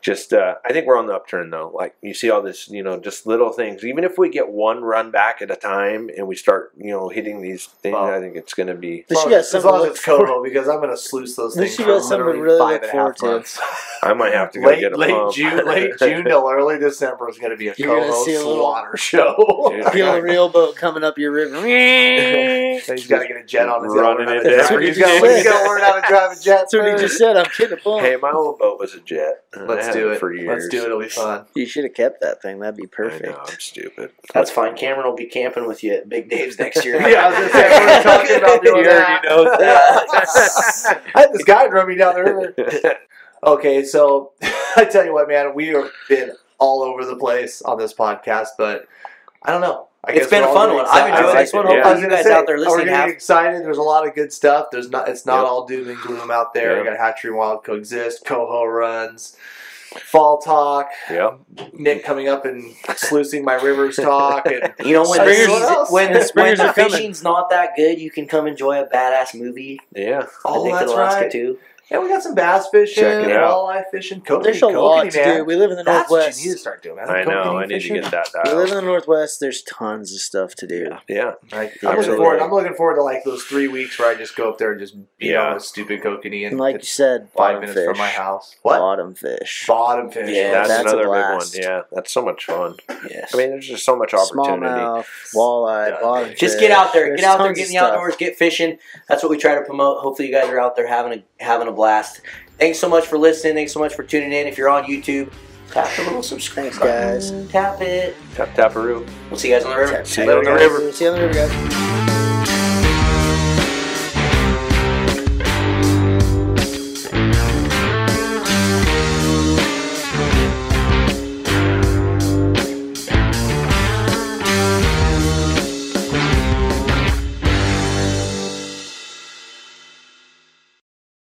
S2: just uh, I think we're on the upturn though. Like you see all this, you know, just little things. Even if we get one run back at a time and we start, you know, hitting these things,
S3: Wow.
S2: I think it's going to be.
S4: But she
S3: As long
S4: got
S3: as- as
S4: something
S3: long
S4: to
S3: as
S4: look
S3: it's
S4: forward-
S3: Coho, because I'm going to sluice those
S4: At
S3: things
S4: least you
S3: for
S4: got something to
S3: literally
S4: really
S3: five
S4: look
S3: and a
S4: forward
S3: half
S4: to.
S3: months.
S2: I might have to go
S3: late,
S2: get a
S3: late
S2: pump.
S3: June, late June till early December is going to be a
S4: You're gonna
S3: Coho
S4: see a little-
S3: slaughter show.
S2: Dude,
S4: Feel a real boat coming up your river. That's
S3: He's got to get a jet on his
S2: Running
S3: own.
S2: it
S3: He's
S4: down.
S3: got to learn how to drive a jet.
S4: what he just said. I'm getting a
S2: Hey,
S4: bump.
S2: my old boat was a jet. and I
S3: Let's
S2: had
S3: do it.
S2: for years.
S3: Let's do it. It'll be fun.
S4: You should have kept that thing. That'd be
S2: I
S4: perfect.
S2: know, I'm stupid.
S1: That's fine. Cameron will be camping with you at Big Dave's next year.
S3: Yeah, I was gonna say, we were talking about doing
S2: You already
S3: that.
S2: know
S1: that.
S3: I had this guy run me down the river.
S2: that.
S3: Okay, so I tell you what, man, we have been all over the place on this podcast, but I don't know. I
S1: It's
S3: guess
S1: been
S3: we're
S1: a
S3: all
S1: fun
S3: getting
S1: one. I've
S3: excited.
S1: enjoyed
S2: I
S1: this one.
S2: liked it, yeah.
S3: I
S1: Hopefully,
S3: was
S1: you
S3: gonna
S1: guys
S3: say,
S1: out there
S3: we're
S1: listening
S3: getting
S1: have
S3: excited. There's a lot of good stuff. There's not. It's not
S2: Yep.
S3: all doom and gloom out there. We
S2: Yep.
S3: got Hatchery Wild coexist, coho runs, fall talk,
S2: yeah.
S3: Nick coming up and sluicing my rivers talk, and
S1: You know when the
S3: Springers-
S1: season-
S3: What else?
S1: when,
S4: Yeah,
S1: the, when
S4: springers
S1: the
S4: are coming.
S1: fishing's not that good, you can come enjoy a badass movie.
S2: Yeah.
S1: I
S3: oh,
S1: think
S3: that's
S1: in Alaska
S3: right.
S1: too.
S3: And we got some bass fishing,
S2: Check it out.
S3: walleye fishing, coconut.
S4: There's a lot to
S3: man.
S4: do. We live in the
S3: That's what
S4: Northwest.
S3: you need to start doing. Man.
S2: I know.
S3: Kokanee
S2: I need to
S3: fishing.
S2: get that
S4: We live
S2: dialed.
S4: in the Northwest. There's tons of stuff to do.
S2: Yeah. Yeah,
S3: Like, I'm looking
S2: absolutely.
S3: forward. I'm looking forward to like those three weeks where I just go up there and just beat
S2: Yeah.
S3: on a stupid kokanee
S4: And
S3: and
S4: like you
S3: it's
S4: said,
S3: five
S4: bottom
S3: minutes
S4: fish.
S3: from my house. What
S4: Bottom fish.
S3: bottom fish?
S1: Yeah,
S2: That's,
S4: that's a
S2: another big one.
S4: blast.
S2: Yeah. That's so much fun.
S1: Yes.
S2: I mean, there's just so much opportunity.
S4: Smallmouth, walleye,
S3: Yeah.
S4: bottom
S1: just
S4: fish.
S1: get out there,
S4: There's
S1: get out there,
S4: tons
S1: get
S4: of
S1: in the
S4: stuff.
S1: outdoors, get fishing. That's what we try to promote. Hopefully, you guys are out there having a having a blast. Thanks so much for listening. Thanks so much for tuning in. If you're on YouTube, tap the little subscribe
S4: Thanks, guys.
S1: button. Tap it.
S2: Tap, taparoo.
S1: We'll see you guys on the river.
S4: Tap,
S2: See
S4: tap,
S2: you on the
S4: guys.
S2: river.
S4: See you on the river, guys.